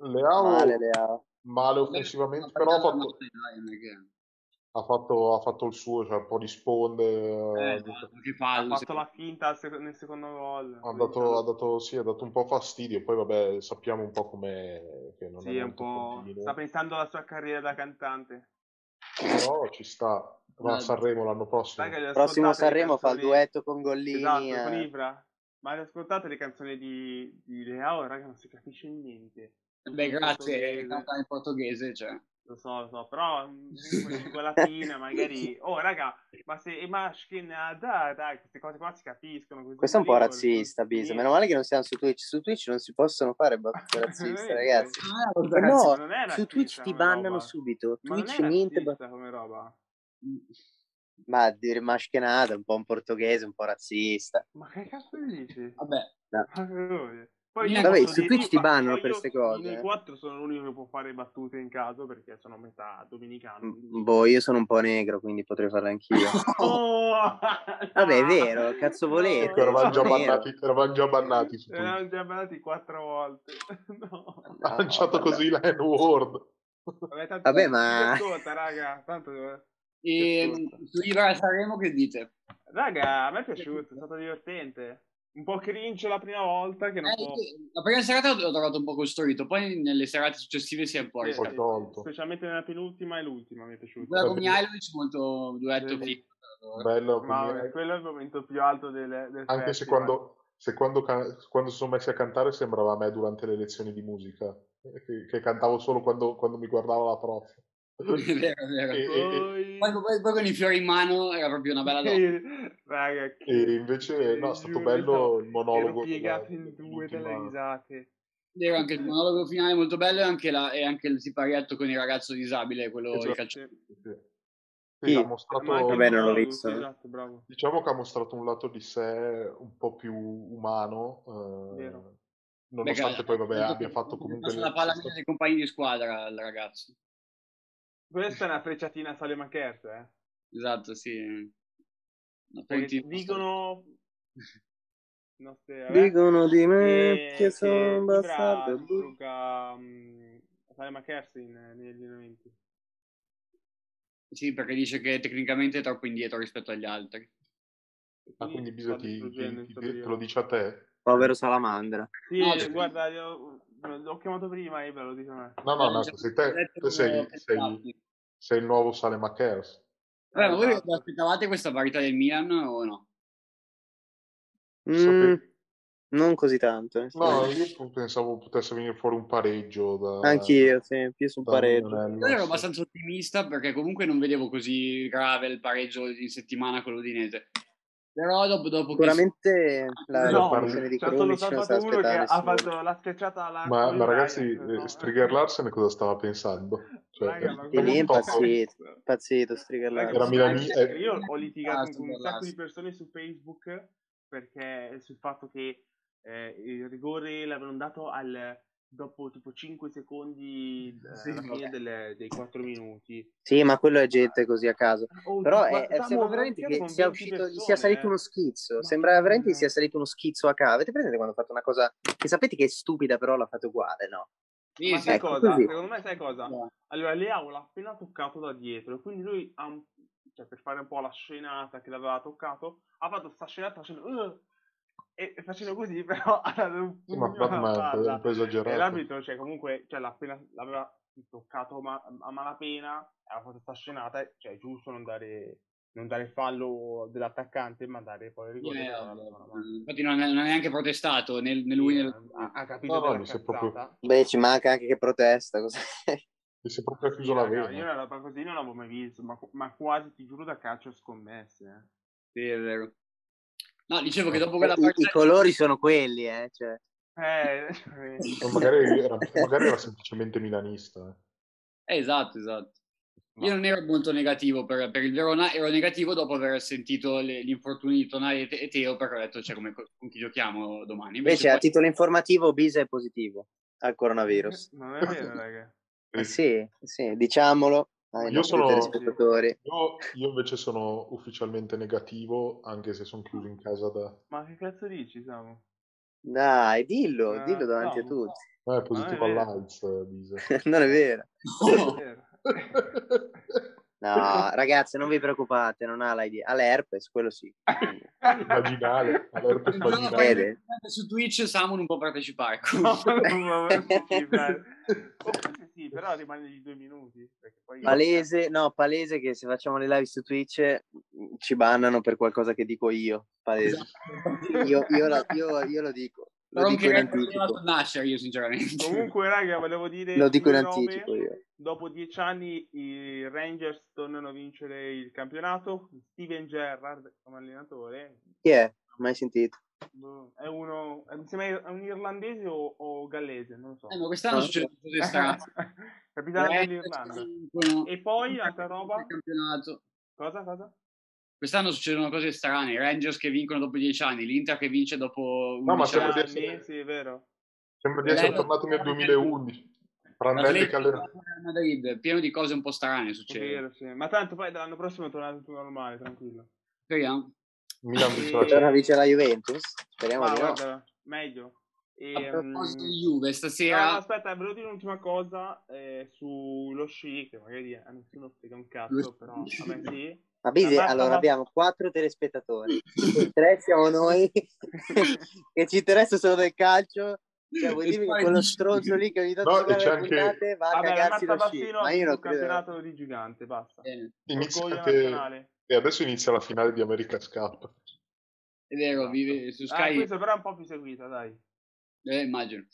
Speaker 3: Leao
Speaker 1: Male Leao.
Speaker 3: male offensivamente,
Speaker 2: Una
Speaker 3: però ha
Speaker 2: partita
Speaker 3: fatto,
Speaker 2: dai, perché-
Speaker 3: ha fatto- ha fatto il suo, cioè un po' risponde,
Speaker 2: Eh,
Speaker 3: eh, ha
Speaker 2: esatto,
Speaker 3: dato-
Speaker 2: che
Speaker 4: Ha
Speaker 2: fallo.
Speaker 4: fatto la finta al sec- nel secondo gol.
Speaker 3: ha dato, ha dato- sì, ha dato un po' fastidio, poi vabbè sappiamo un po' com'è, che non
Speaker 4: Sì,
Speaker 3: è
Speaker 4: è un
Speaker 3: molto
Speaker 4: po'...
Speaker 3: continuo,
Speaker 4: Sta pensando alla sua carriera da cantante.
Speaker 3: però ci sta, va a Sanremo l'anno prossimo.
Speaker 4: Eh, Sai che le
Speaker 1: Prossimo
Speaker 4: ascoltate le
Speaker 1: Sanremo fa il
Speaker 4: canzoni-
Speaker 1: duetto con Gollini.
Speaker 4: Esatto, con
Speaker 1: eh.
Speaker 4: Ibra. Ma le ascoltate le canzoni di, di Leao, raga, non si capisce niente.
Speaker 2: Beh, grazie,
Speaker 4: Portoghese.
Speaker 2: è cantata in portoghese, cioè.
Speaker 4: Lo so, lo so, però mm, comunque lingua latina magari... Oh, raga, ma se... Ma dai, dai, queste cose qua si capiscono. queste
Speaker 1: Questo è un po'
Speaker 4: cose lì,
Speaker 1: razzista,
Speaker 4: non-
Speaker 1: Bisa. Meno male che non siamo su Twitch. Su Twitch non si possono fare battute razziste, ragazzi.
Speaker 4: Ah,
Speaker 1: Ma
Speaker 4: Ragazzi,
Speaker 1: no,
Speaker 4: ma non è
Speaker 1: su
Speaker 4: razzista
Speaker 1: Twitch ti
Speaker 4: come
Speaker 1: bannano
Speaker 4: roba.
Speaker 1: subito.
Speaker 4: Ma non
Speaker 1: Twitch
Speaker 4: è
Speaker 1: niente. ba-
Speaker 4: razzista come roba.
Speaker 1: Ma dire maschenata, un po' un portoghese, un po' razzista.
Speaker 4: Ma che cazzo dici?
Speaker 2: Vabbè,
Speaker 4: Ma Ah, che vuoi? Poi io
Speaker 1: Vabbè,
Speaker 4: posso
Speaker 1: su
Speaker 4: dire-
Speaker 1: Twitch ti
Speaker 4: io fa-
Speaker 1: bannano
Speaker 4: poi
Speaker 1: per
Speaker 4: io
Speaker 1: ste cose,
Speaker 4: di noi
Speaker 1: eh.
Speaker 4: quattro sono l'unico che può fare battute in caso perché sono a metà dominicano.
Speaker 1: M- Boh, io sono un po' negro, quindi potrei farlo anch'io.
Speaker 4: Oh!
Speaker 1: Vabbè, è vero, cazzo volete?
Speaker 3: Ecco, eravamo già
Speaker 1: Sono nero.
Speaker 3: bannati, eravamo già bannati su Twitch.
Speaker 4: Eravamo già bannati quattro volte. No.
Speaker 3: ha lanciato
Speaker 1: vabbè.
Speaker 3: così la N-word.
Speaker 4: Vabbè, tanto
Speaker 1: Vabbè,
Speaker 4: chi
Speaker 1: ma-
Speaker 4: ci ascolta, raga, tanto-
Speaker 2: e Ehm, su Ibra e Sanremo che dite?
Speaker 4: Raga, a me è piaciuto, è stato divertente. Un po' cringe la prima volta che non
Speaker 2: Eh,
Speaker 4: può...
Speaker 2: la prima serata l'ho trovato un po' costruito, poi nelle serate successive si è un po'
Speaker 4: Sì,
Speaker 3: poi
Speaker 2: risolto.
Speaker 4: sì,
Speaker 3: tolto.
Speaker 4: specialmente nella penultima e l'ultima mi è piaciuta.
Speaker 2: Quella con Mihailovic molto duetto
Speaker 4: Sì.
Speaker 2: figo. eh.
Speaker 3: Bello,
Speaker 4: Ma
Speaker 3: quindi-
Speaker 4: vabbè, quello è il momento più alto del, del
Speaker 3: anche se
Speaker 4: festival.
Speaker 3: quando, se quando, ca- quando si sono messi a cantare sembrava a me durante le lezioni di musica, eh, che, che cantavo solo quando, quando mi guardava la prof.
Speaker 2: È vero, è vero.
Speaker 3: E-
Speaker 4: Poi-
Speaker 2: Poi, poi- poi con i fiori in mano era proprio una bella donna.
Speaker 4: Raga, che-
Speaker 3: E invece no, è stato
Speaker 4: giuro,
Speaker 3: bello
Speaker 4: stavo-
Speaker 3: il monologo.
Speaker 4: Ero piegato
Speaker 3: della-
Speaker 4: in due
Speaker 3: dell'ultima-
Speaker 4: dalle risate.
Speaker 2: Vero, anche il monologo finale è molto bello e anche, la- e anche il siparietto con il ragazzo disabile, quello
Speaker 3: Esatto.
Speaker 2: il calcio.
Speaker 4: Cioè,
Speaker 3: Sì, sì. Sì, ha
Speaker 1: Sì,
Speaker 3: mostrato-
Speaker 4: Ma anche il
Speaker 1: Vabbè, non l'ho
Speaker 4: monologo,
Speaker 1: visto,
Speaker 4: sì,
Speaker 1: eh.
Speaker 4: esatto, bravo.
Speaker 3: diciamo che ha mostrato un lato di sé un po' più umano, eh,
Speaker 4: Vero.
Speaker 3: nonostante
Speaker 2: Perché-
Speaker 3: poi vabbè, abbia fatto comunque...
Speaker 2: la palla mia dei compagni di squadra al ragazzo.
Speaker 4: Questa è una frecciatina a Sale Macherta, eh.
Speaker 2: Esatto, sì. Una
Speaker 4: Perché
Speaker 2: puntina.
Speaker 4: dicono nostre, vabbè.
Speaker 1: Dicono di me
Speaker 4: E
Speaker 1: che sono
Speaker 4: Ibra
Speaker 1: bastardo.
Speaker 4: si gioca mh, Salema Kersin mm, negli allenamenti.
Speaker 2: Sì, perché dice che tecnicamente è troppo indietro rispetto agli altri.
Speaker 3: Ah, quindi
Speaker 4: bisogna
Speaker 3: bisogna ti, ti- ti- te lo dice a te?
Speaker 1: Povero salamandra.
Speaker 4: Sì,
Speaker 2: No, cioè-
Speaker 4: guarda, io- l'ho chiamato prima Ibra, lo dice a me.
Speaker 3: No, no, no, sei te, te sei, sei, sei il nuovo Sale Makers.
Speaker 2: esatto. Vabbè, ma voi
Speaker 4: Esatto.
Speaker 2: vi aspettavate questa parità del Milan o no?
Speaker 3: Sapevo.
Speaker 1: Mm, non così tanto. eh.
Speaker 3: No, io pensavo potesse venire fuori un pareggio da...
Speaker 1: Anch'io, sì, più sul
Speaker 3: da
Speaker 1: pareggio.
Speaker 3: Milanello.
Speaker 2: Io ero abbastanza ottimista perché comunque non vedevo così grave il pareggio di settimana con l'Udinese. Però dopo, dopo che...
Speaker 1: Sicuramente la
Speaker 3: No,
Speaker 1: la formazione di
Speaker 4: cioè, c'è solo
Speaker 1: Krunic non sa
Speaker 4: salvato uno che
Speaker 1: aspettare
Speaker 4: ha
Speaker 1: nessuno.
Speaker 4: fatto la schiacciata all'arco
Speaker 3: Ma,
Speaker 4: di
Speaker 3: ma
Speaker 4: Brian,
Speaker 3: ragazzi,
Speaker 4: no?
Speaker 3: eh, Strigger Larsen cosa stava pensando? Cioè,
Speaker 4: Raga, ma
Speaker 3: è
Speaker 1: E
Speaker 3: un
Speaker 1: lì è
Speaker 4: come-
Speaker 3: tocco.
Speaker 1: impazzito, impazzito
Speaker 4: Raga,
Speaker 1: Strigarlaro.
Speaker 3: Era
Speaker 4: ma-
Speaker 3: Milani-
Speaker 4: eh,
Speaker 3: eh.
Speaker 4: Io ho litigato
Speaker 2: Ah,
Speaker 4: con un
Speaker 2: Superlast.
Speaker 4: sacco di persone su Facebook perché sul fatto che eh, il rigore l'avevano dato al dopo tipo 5 secondi eh,
Speaker 2: Sì,
Speaker 4: alla fine
Speaker 2: vabbè.
Speaker 4: delle- dei 4 minuti.
Speaker 1: Sì, ma quello è gente così a caso.
Speaker 4: Oh,
Speaker 1: Però è,
Speaker 4: guarda,
Speaker 1: è- sembra
Speaker 4: Samu,
Speaker 1: veramente
Speaker 4: partire
Speaker 1: che
Speaker 4: con
Speaker 1: sia
Speaker 4: 20
Speaker 1: uscito, gli sia
Speaker 4: persone,
Speaker 1: salito uno
Speaker 4: eh.
Speaker 1: schizzo.
Speaker 4: Madonna.
Speaker 1: Sembra veramente gli sia salito uno schizzo a caso. Avete presente quando ha fatto una cosa che sapete che è stupida, però l'ha fatto uguale, no?
Speaker 2: Sì,
Speaker 4: Ma
Speaker 2: sì.
Speaker 4: sai
Speaker 1: Ecco,
Speaker 4: cosa?
Speaker 1: così.
Speaker 4: Secondo me sai cosa?
Speaker 2: No.
Speaker 4: Allora, Leao l'ha appena toccato da dietro, quindi lui, ha un- cioè, per fare un po' la scenata che l'aveva toccato, ha fatto sta scenata facendo... "Ugh", e e facendo così, però ha dato un
Speaker 3: Sì, ma,
Speaker 4: pugno
Speaker 3: ma- ma
Speaker 4: alla
Speaker 3: è un po'-
Speaker 4: palla.
Speaker 3: un po'
Speaker 4: E
Speaker 3: esagerato.
Speaker 4: l'arbitro, cioè, comunque, cioè, l'ha appena, l'aveva toccato ma- a malapena, aveva fatto sta scenata, e, cioè, è giusto non dare, non dare fallo dell'attaccante, ma dare poi il rigore.
Speaker 2: Eh,
Speaker 4: però
Speaker 2: vabbè.
Speaker 4: l'avevano dato.
Speaker 2: Infatti non, non ha neanche protestato né, né lui né
Speaker 4: Ha, ha capito
Speaker 3: No, no,
Speaker 4: della
Speaker 3: mi
Speaker 4: cazzata.
Speaker 3: sei proprio-
Speaker 1: Beh, ci manca anche che protesta. cos'è?
Speaker 3: Mi si è proprio
Speaker 4: Sì,
Speaker 3: chiuso la
Speaker 4: raga, Io
Speaker 3: vena.
Speaker 4: una roba così non l'avevo mai visto, ma, ma quasi ti giuro da calcio a scommesse. eh.
Speaker 2: Sì, è vero. No, dicevo che dopo
Speaker 1: Eh,
Speaker 2: quella
Speaker 1: I, i
Speaker 2: partita...
Speaker 1: colori sono quelli, eh. Cioè.
Speaker 4: Eh, cioè,
Speaker 3: Ma Magari era, magari era semplicemente milanista. eh.
Speaker 2: Eh, esatto, esatto.
Speaker 3: No.
Speaker 2: Io non ero molto negativo per, per il Verona, ero negativo dopo aver sentito le- gli infortuni di Tonali e, Te- e Teo, perché ho detto, cioè, come, con chi giochiamo domani? Invece,
Speaker 1: Invece a
Speaker 2: poi-
Speaker 1: titolo informativo Bisa è positivo al coronavirus.
Speaker 4: non è vero, raga.
Speaker 1: Eh Sì, sì, diciamolo ai
Speaker 3: Io
Speaker 1: nostri
Speaker 3: sono-
Speaker 1: telespettatori.
Speaker 3: Io, io invece sono ufficialmente negativo, anche se sono chiuso in casa da...
Speaker 4: Ma che cazzo dici, Samu?
Speaker 1: Dai, dillo,
Speaker 4: Eh,
Speaker 1: dillo davanti a
Speaker 4: Samu,
Speaker 1: tutti.
Speaker 3: No, è
Speaker 4: Ma
Speaker 3: positivo
Speaker 4: non è vero.
Speaker 3: all'AIDS, eh, Bisa.
Speaker 1: non è vero. Oh.
Speaker 4: non è vero.
Speaker 1: No, ragazzi, non vi preoccupate, non ha l'ID, ha l'herpes, quello sì.
Speaker 3: Vaginale, all'herpes
Speaker 2: No,
Speaker 1: Immagino-
Speaker 2: no, poi
Speaker 3: vaginale.
Speaker 1: Vede.
Speaker 2: su Twitch Samu non può partecipare. ecco.
Speaker 4: No, non è possibile. Oh, forse sì, però rimane di due minuti. Perché poi...
Speaker 1: Palese, no, palese che se facciamo le live su Twitch eh, ci bannano per qualcosa che dico io, palese.
Speaker 4: Esatto.
Speaker 1: Io, io la- io- io lo dico, lo
Speaker 2: non
Speaker 1: dico in
Speaker 2: che fatto
Speaker 1: anticipo.
Speaker 2: nascere io, sinceramente.
Speaker 4: Comunque, raga, volevo dire...
Speaker 1: Lo dico in
Speaker 4: due robe.
Speaker 1: anticipo io.
Speaker 4: Dopo dieci anni i Rangers tornano a vincere il campionato. Steven Gerrard come allenatore.
Speaker 1: Chi è? Mai sentito?
Speaker 4: Boh, È uno, è- mi sembra è un irlandese o, o gallese, non lo so.
Speaker 2: Eh, ma quest'anno
Speaker 1: No.
Speaker 2: succede cose
Speaker 4: Eh,
Speaker 2: strane.
Speaker 4: Capitano
Speaker 2: Eh,
Speaker 4: dell'Irlanda.
Speaker 2: vincono.
Speaker 4: E poi, altra roba?
Speaker 2: Campionato.
Speaker 4: Cosa, cosa?
Speaker 2: Quest'anno succedono cose strane, i Rangers che vincono dopo 10 anni, l'Inter che vince dopo 11
Speaker 3: No, ma se
Speaker 2: anni,
Speaker 3: potete-
Speaker 4: Anni, sì, Ah, è vero.
Speaker 3: Sembra di essere
Speaker 2: Bello.
Speaker 3: tornati nel 2011. Prandelli che
Speaker 2: l'Atletico
Speaker 3: allena-
Speaker 2: Real Madrid, pieno di cose un po' strane
Speaker 4: È
Speaker 2: succede.
Speaker 4: vero, sì. Ma tanto poi dall'anno prossimo è tornato tutto normale, tranquillo.
Speaker 2: Speriamo.
Speaker 3: Milan "Cioè, vince la
Speaker 4: Sì.
Speaker 1: Torna a
Speaker 3: Champions.
Speaker 1: vincere la Juventus? Speriamo
Speaker 4: Ma
Speaker 1: di no.
Speaker 4: Ah, guarda, meglio. E,
Speaker 2: Eh, A proposito
Speaker 4: mm,
Speaker 2: di Juve,
Speaker 4: No, no,
Speaker 2: stasera
Speaker 4: aspetta, volevo dire un'ultima cosa eh, sullo sci, che magari a nessuno frega un cazzo, però a me sì.
Speaker 1: Ma Bise,
Speaker 4: Ma basta,
Speaker 1: allora
Speaker 4: ma-
Speaker 1: abbiamo quattro telespettatori, tre siamo noi che ci interessa solo del calcio. Cioè, vuoi
Speaker 2: E
Speaker 1: dirmi che
Speaker 2: poi
Speaker 1: quello
Speaker 2: dici-
Speaker 1: stronzo lì che ogni tanto
Speaker 3: No,
Speaker 1: si
Speaker 3: e
Speaker 1: guarda
Speaker 3: c'è
Speaker 1: le
Speaker 3: anche-
Speaker 1: puntate va a
Speaker 4: Vabbè, la
Speaker 1: cagarsi
Speaker 4: Marta
Speaker 1: lo sci,
Speaker 4: Bassino ha
Speaker 1: ma io
Speaker 4: vinto
Speaker 1: non
Speaker 4: un
Speaker 1: credo.
Speaker 4: campionato di gigante, basta.
Speaker 2: Bene,
Speaker 3: Inizia
Speaker 4: Orgoglio
Speaker 3: anche...
Speaker 4: nazionale.
Speaker 3: E adesso inizia la finale di America's Cup.
Speaker 2: è vero, vive su
Speaker 4: Ah,
Speaker 2: Sky,
Speaker 4: questa però è un po' più seguita, dai.
Speaker 2: eh, immagino. Eh.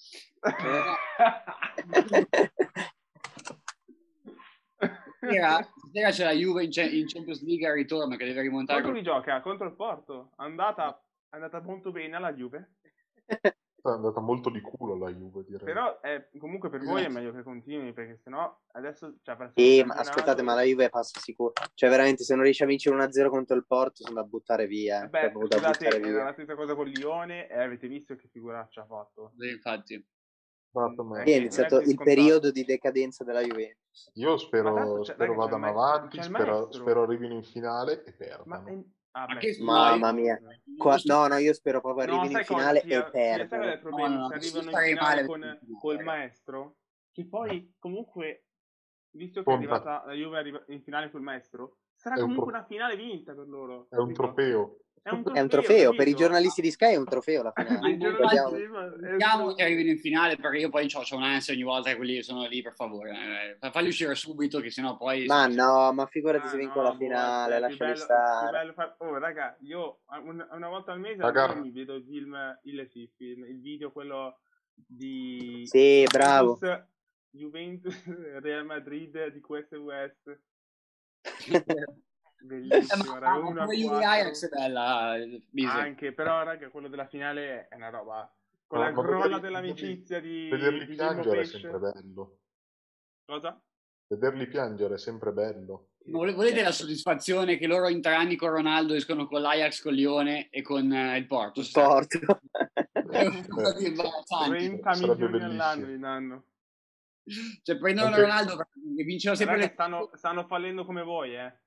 Speaker 2: Stasera, stasera c'è la Juve in, ce- in Champions League al ritorno che deve rimontare. col-
Speaker 4: Quanto vi gioca? Contro il Porto. Andata, è andata molto bene alla Juve.
Speaker 3: È andata molto di culo la Juve, direi.
Speaker 4: Però eh, comunque per voi è meglio che continui, perché sennò adesso... Cioè, avrà solo
Speaker 1: Sì,
Speaker 4: il
Speaker 1: Eh, ma
Speaker 4: campionato.
Speaker 1: ascoltate, ma la Juve passa sicuro. Cioè, veramente, se non riesce a vincere 1-0 contro il Porto, sono da buttare via. eh.
Speaker 4: Vabbè,
Speaker 1: Proprio da
Speaker 4: scusate,
Speaker 1: buttare
Speaker 4: era
Speaker 1: via.
Speaker 4: la stessa cosa con Lione e avete visto che figuraccia ha fatto.
Speaker 2: Sì, Infatti,
Speaker 3: Basta, ma-
Speaker 1: Lì è
Speaker 4: eh,
Speaker 1: iniziato
Speaker 4: non è così
Speaker 1: il
Speaker 4: scontato.
Speaker 1: periodo di decadenza della Juventus.
Speaker 3: Io spero,
Speaker 4: Ma tanto c'è-
Speaker 3: spero
Speaker 4: raga, c'è
Speaker 3: vadano
Speaker 4: il maestro-
Speaker 3: avanti,
Speaker 4: c'è il
Speaker 3: spero,
Speaker 4: maestro.
Speaker 3: spero arrivino in finale e
Speaker 4: Ma
Speaker 3: perdano.
Speaker 4: eh, Ah,
Speaker 2: Ma
Speaker 4: beh,
Speaker 2: che
Speaker 4: sì.
Speaker 1: Mamma mia. Qua- no, no, io spero proprio
Speaker 4: No,
Speaker 1: arrivino
Speaker 4: sai
Speaker 1: in finale
Speaker 4: cosa
Speaker 1: e
Speaker 4: sia- sia- sai qual è il
Speaker 1: perdo.
Speaker 4: problema?
Speaker 2: No, no, no,
Speaker 4: Se
Speaker 2: questo
Speaker 4: arrivano in
Speaker 2: sarei
Speaker 4: finale
Speaker 2: male
Speaker 4: con,
Speaker 2: perché-
Speaker 4: col maestro, che
Speaker 1: Eh.
Speaker 4: poi comunque, visto che è
Speaker 3: Conta.
Speaker 4: arrivata la Juve arriva- in finale col maestro, sarà
Speaker 3: È un
Speaker 4: comunque
Speaker 3: tro-
Speaker 4: una finale vinta per loro.
Speaker 3: È un
Speaker 4: capito?
Speaker 3: trofeo.
Speaker 4: È un trofeo,
Speaker 1: È un trofeo, per i
Speaker 4: capito?
Speaker 1: giornalisti di Sky è un trofeo la finale.
Speaker 2: Anche
Speaker 4: Il
Speaker 1: Non
Speaker 4: giornalista
Speaker 1: vogliamo-
Speaker 2: guardiamo.
Speaker 4: di- è-
Speaker 2: Andiamo Diciamo che arrivino in finale perché io poi ho, un'ansia ogni volta che quelli sono lì, per favore. Eh, falli uscire subito che sennò poi...
Speaker 1: Ma no, ma figurati
Speaker 4: Ah,
Speaker 1: se vinco
Speaker 4: no,
Speaker 1: la
Speaker 4: boh,
Speaker 1: finale,
Speaker 4: cioè, più
Speaker 1: lasciami
Speaker 4: bello- più
Speaker 1: stare.
Speaker 4: bello far- Oh, raga, io a- un- una volta al mese
Speaker 3: Raga.
Speaker 4: almeno mi vedo il film, il, sì, il film, il video quello di
Speaker 1: Sì, bravo.
Speaker 4: Juventus, Juventus, Real Madrid di Quest e West. Bellissimo,
Speaker 2: Eh,
Speaker 4: raga,
Speaker 2: ma-
Speaker 4: uno
Speaker 2: ma
Speaker 4: a
Speaker 2: pure Juve
Speaker 4: quattro.
Speaker 2: Ajax è bella, eh, Bise.
Speaker 4: Anche, però, raga, quello della finale è una roba. Con
Speaker 3: Ma-
Speaker 4: la
Speaker 3: ma
Speaker 4: crolla
Speaker 3: vederli-
Speaker 4: dell'amicizia di,
Speaker 3: Vederli
Speaker 4: di Jimmo
Speaker 3: piangere è
Speaker 4: Pesce.
Speaker 3: sempre bello.
Speaker 4: Cosa?
Speaker 3: Vederli piangere è sempre bello.
Speaker 2: Ma vole- Volete la soddisfazione che loro in tre anni con Ronaldo escono con l'Ajax, con Lione e con eh, il Porto? Eh,
Speaker 1: Il porto.
Speaker 2: È un po' di imbarazzante.
Speaker 4: 30
Speaker 3: Sarebbe
Speaker 4: milioni
Speaker 3: bellissimo.
Speaker 4: all'anno in anno.
Speaker 2: Cioè, prendono
Speaker 3: Anche-
Speaker 2: Ronaldo perché vincono sempre
Speaker 4: Raga,
Speaker 2: le...
Speaker 4: stanno, stanno fallendo come voi, eh.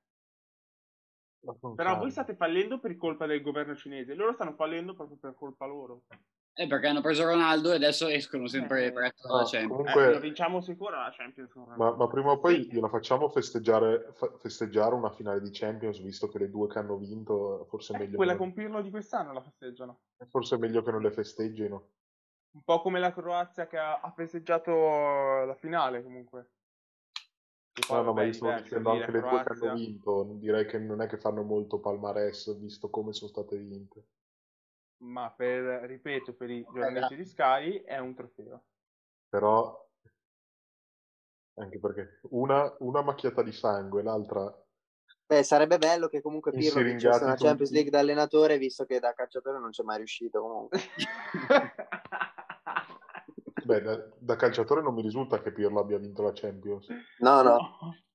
Speaker 4: Però voi state fallendo per colpa del governo cinese, loro stanno fallendo proprio per colpa loro.
Speaker 2: Eh, perché hanno preso Ronaldo e adesso escono sempre
Speaker 4: Eh,
Speaker 2: per
Speaker 3: Ah,
Speaker 2: dalla Champions.
Speaker 4: Eh, lo
Speaker 3: comunque,
Speaker 4: vinciamo sicuro la Champions con
Speaker 3: ma,
Speaker 4: Ronaldo.
Speaker 3: ma prima o poi
Speaker 4: Sì.
Speaker 3: gliela facciamo festeggiare, fa- festeggiare una finale di Champions, visto che le due che hanno vinto, forse è
Speaker 4: Eh,
Speaker 3: meglio,
Speaker 4: quella
Speaker 3: che non-
Speaker 4: con Pirlo di quest'anno la festeggiano.
Speaker 3: forse è meglio che non le festeggino.
Speaker 4: Un po' come la Croazia che ha, ha festeggiato la finale comunque. Che poi,
Speaker 3: No, no, ma
Speaker 4: vabbè,
Speaker 3: io stavo
Speaker 4: diverso,
Speaker 3: dicendo
Speaker 4: lì la
Speaker 3: anche le due che
Speaker 4: Croazia.
Speaker 3: hanno vinto, direi che non è che fanno molto palmarès, visto come sono state vinte.
Speaker 4: Ma per, ripeto, per i giornalisti di Sky è un trofeo.
Speaker 3: Però, anche perché una, una macchiata di sangue, l'altra...
Speaker 1: Beh, sarebbe bello che comunque Pirlo
Speaker 3: Insiringati
Speaker 1: vincesse una
Speaker 3: tutti.
Speaker 1: Champions League da allenatore, visto che da calciatore non c'è mai riuscito comunque.
Speaker 3: Beh, da, da calciatore non mi risulta che Pirlo abbia vinto la Champions.
Speaker 1: No, no.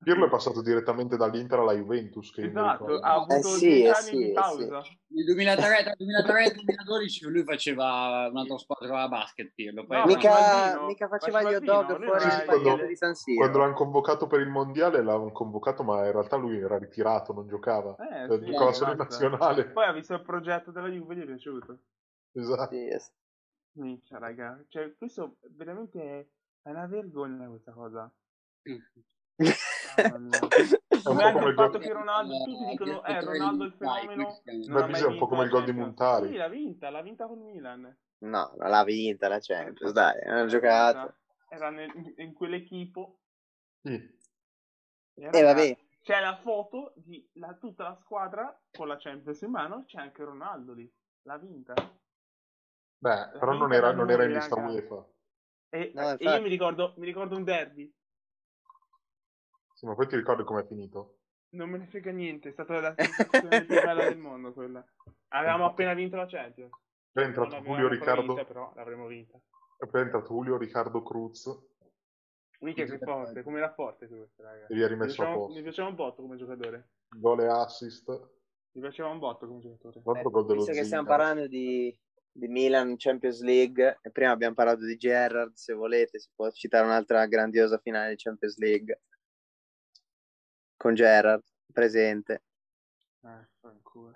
Speaker 3: Pirlo è passato direttamente dall'Inter alla Juventus, che io mi
Speaker 4: Esatto,
Speaker 3: ricordo.
Speaker 4: ha avuto
Speaker 1: Eh sì,
Speaker 4: 10
Speaker 1: eh
Speaker 4: anni
Speaker 1: sì,
Speaker 4: di
Speaker 1: eh
Speaker 4: pausa.
Speaker 2: Nel 2003, tra il 2003 e il 2012 lui faceva un'altra squadra a basket, Pirlo. Poi
Speaker 4: No,
Speaker 2: era-
Speaker 4: ma
Speaker 1: mica,
Speaker 4: Balbino-
Speaker 1: mica
Speaker 4: ma
Speaker 1: faceva gli hot
Speaker 4: Balbino,
Speaker 1: dog
Speaker 4: lui
Speaker 1: fuori
Speaker 3: era
Speaker 1: dal
Speaker 3: il-
Speaker 1: padiglione di San Siro.
Speaker 3: Quando l'hanno convocato per il mondiale l'hanno convocato, ma in realtà lui era ritirato, non giocava.
Speaker 4: Eh,
Speaker 3: Cioè,
Speaker 4: sì,
Speaker 3: giocava solo in
Speaker 4: basta.
Speaker 3: nazionale.
Speaker 4: Poi ha visto il progetto della Juve e gli è piaciuto.
Speaker 3: Esatto.
Speaker 1: Sì, es-
Speaker 4: Minchia, raga. Cioè, questo veramente è- è una vergogna questa cosa. Mamma mia.
Speaker 3: È un
Speaker 4: Come
Speaker 3: po'
Speaker 4: hanno
Speaker 3: come il
Speaker 4: fatto
Speaker 3: gol-
Speaker 4: che Ronaldo, tutti
Speaker 2: Eh,
Speaker 4: dicono,
Speaker 2: che-
Speaker 4: eh, Ronaldo il fenomeno,
Speaker 2: Dai,
Speaker 4: non
Speaker 3: Beh,
Speaker 4: ha
Speaker 3: Bisogna un
Speaker 4: mai
Speaker 3: po'
Speaker 4: vinto
Speaker 3: come
Speaker 4: la
Speaker 3: il gol di
Speaker 4: Champions.
Speaker 3: Montari.
Speaker 4: Sì, l'ha vinta, l'ha vinta con Milan.
Speaker 1: No, non l'ha vinta la Champions, Eh, dai, non ha giocato.
Speaker 4: Era nel- in quell'equipo.
Speaker 3: Sì.
Speaker 4: E
Speaker 1: E
Speaker 4: raga,
Speaker 1: Eh, vabbè,
Speaker 4: C'è la foto di la- tutta la squadra con la Champions in mano, c'è anche Ronaldo lì. L'ha vinta.
Speaker 3: Beh, però non
Speaker 4: vinta
Speaker 3: era,
Speaker 4: da
Speaker 3: non
Speaker 4: lui,
Speaker 3: era in lista
Speaker 4: raga.
Speaker 3: UEFA.
Speaker 4: E,
Speaker 1: No,
Speaker 4: e
Speaker 1: infatti.
Speaker 4: io mi ricordo, mi ricordo un derby.
Speaker 3: Sì, ma poi ti ricordi com'è finito?
Speaker 4: Non me ne frega niente, è stata la sensazione più bella del mondo quella. Avevamo appena vinto la Champions.
Speaker 3: Poi È
Speaker 4: Non
Speaker 3: entrato,
Speaker 4: l'avevamo
Speaker 3: Julio
Speaker 4: ancora
Speaker 3: Riccardo,
Speaker 4: vinta, però l'avremmo vinta.
Speaker 3: poi è entrato Julio Riccardo Cruz e
Speaker 4: Minchia che forte, come era forte questo, raga.
Speaker 3: li ha
Speaker 4: Mi
Speaker 3: rimesso a
Speaker 4: piaceva,
Speaker 3: posto.
Speaker 4: mi piaceva un botto come giocatore.
Speaker 3: Gol e assist.
Speaker 4: Mi piaceva un botto come giocatore.
Speaker 3: L'altro gol dello
Speaker 1: Eh, visto che stiamo
Speaker 3: Zinga.
Speaker 1: parlando di, di Milan Champions League, e prima abbiamo parlato di Gerrard, se volete si può citare un'altra grandiosa finale di Champions League con Gerrard presente.
Speaker 4: Eh, fanculo.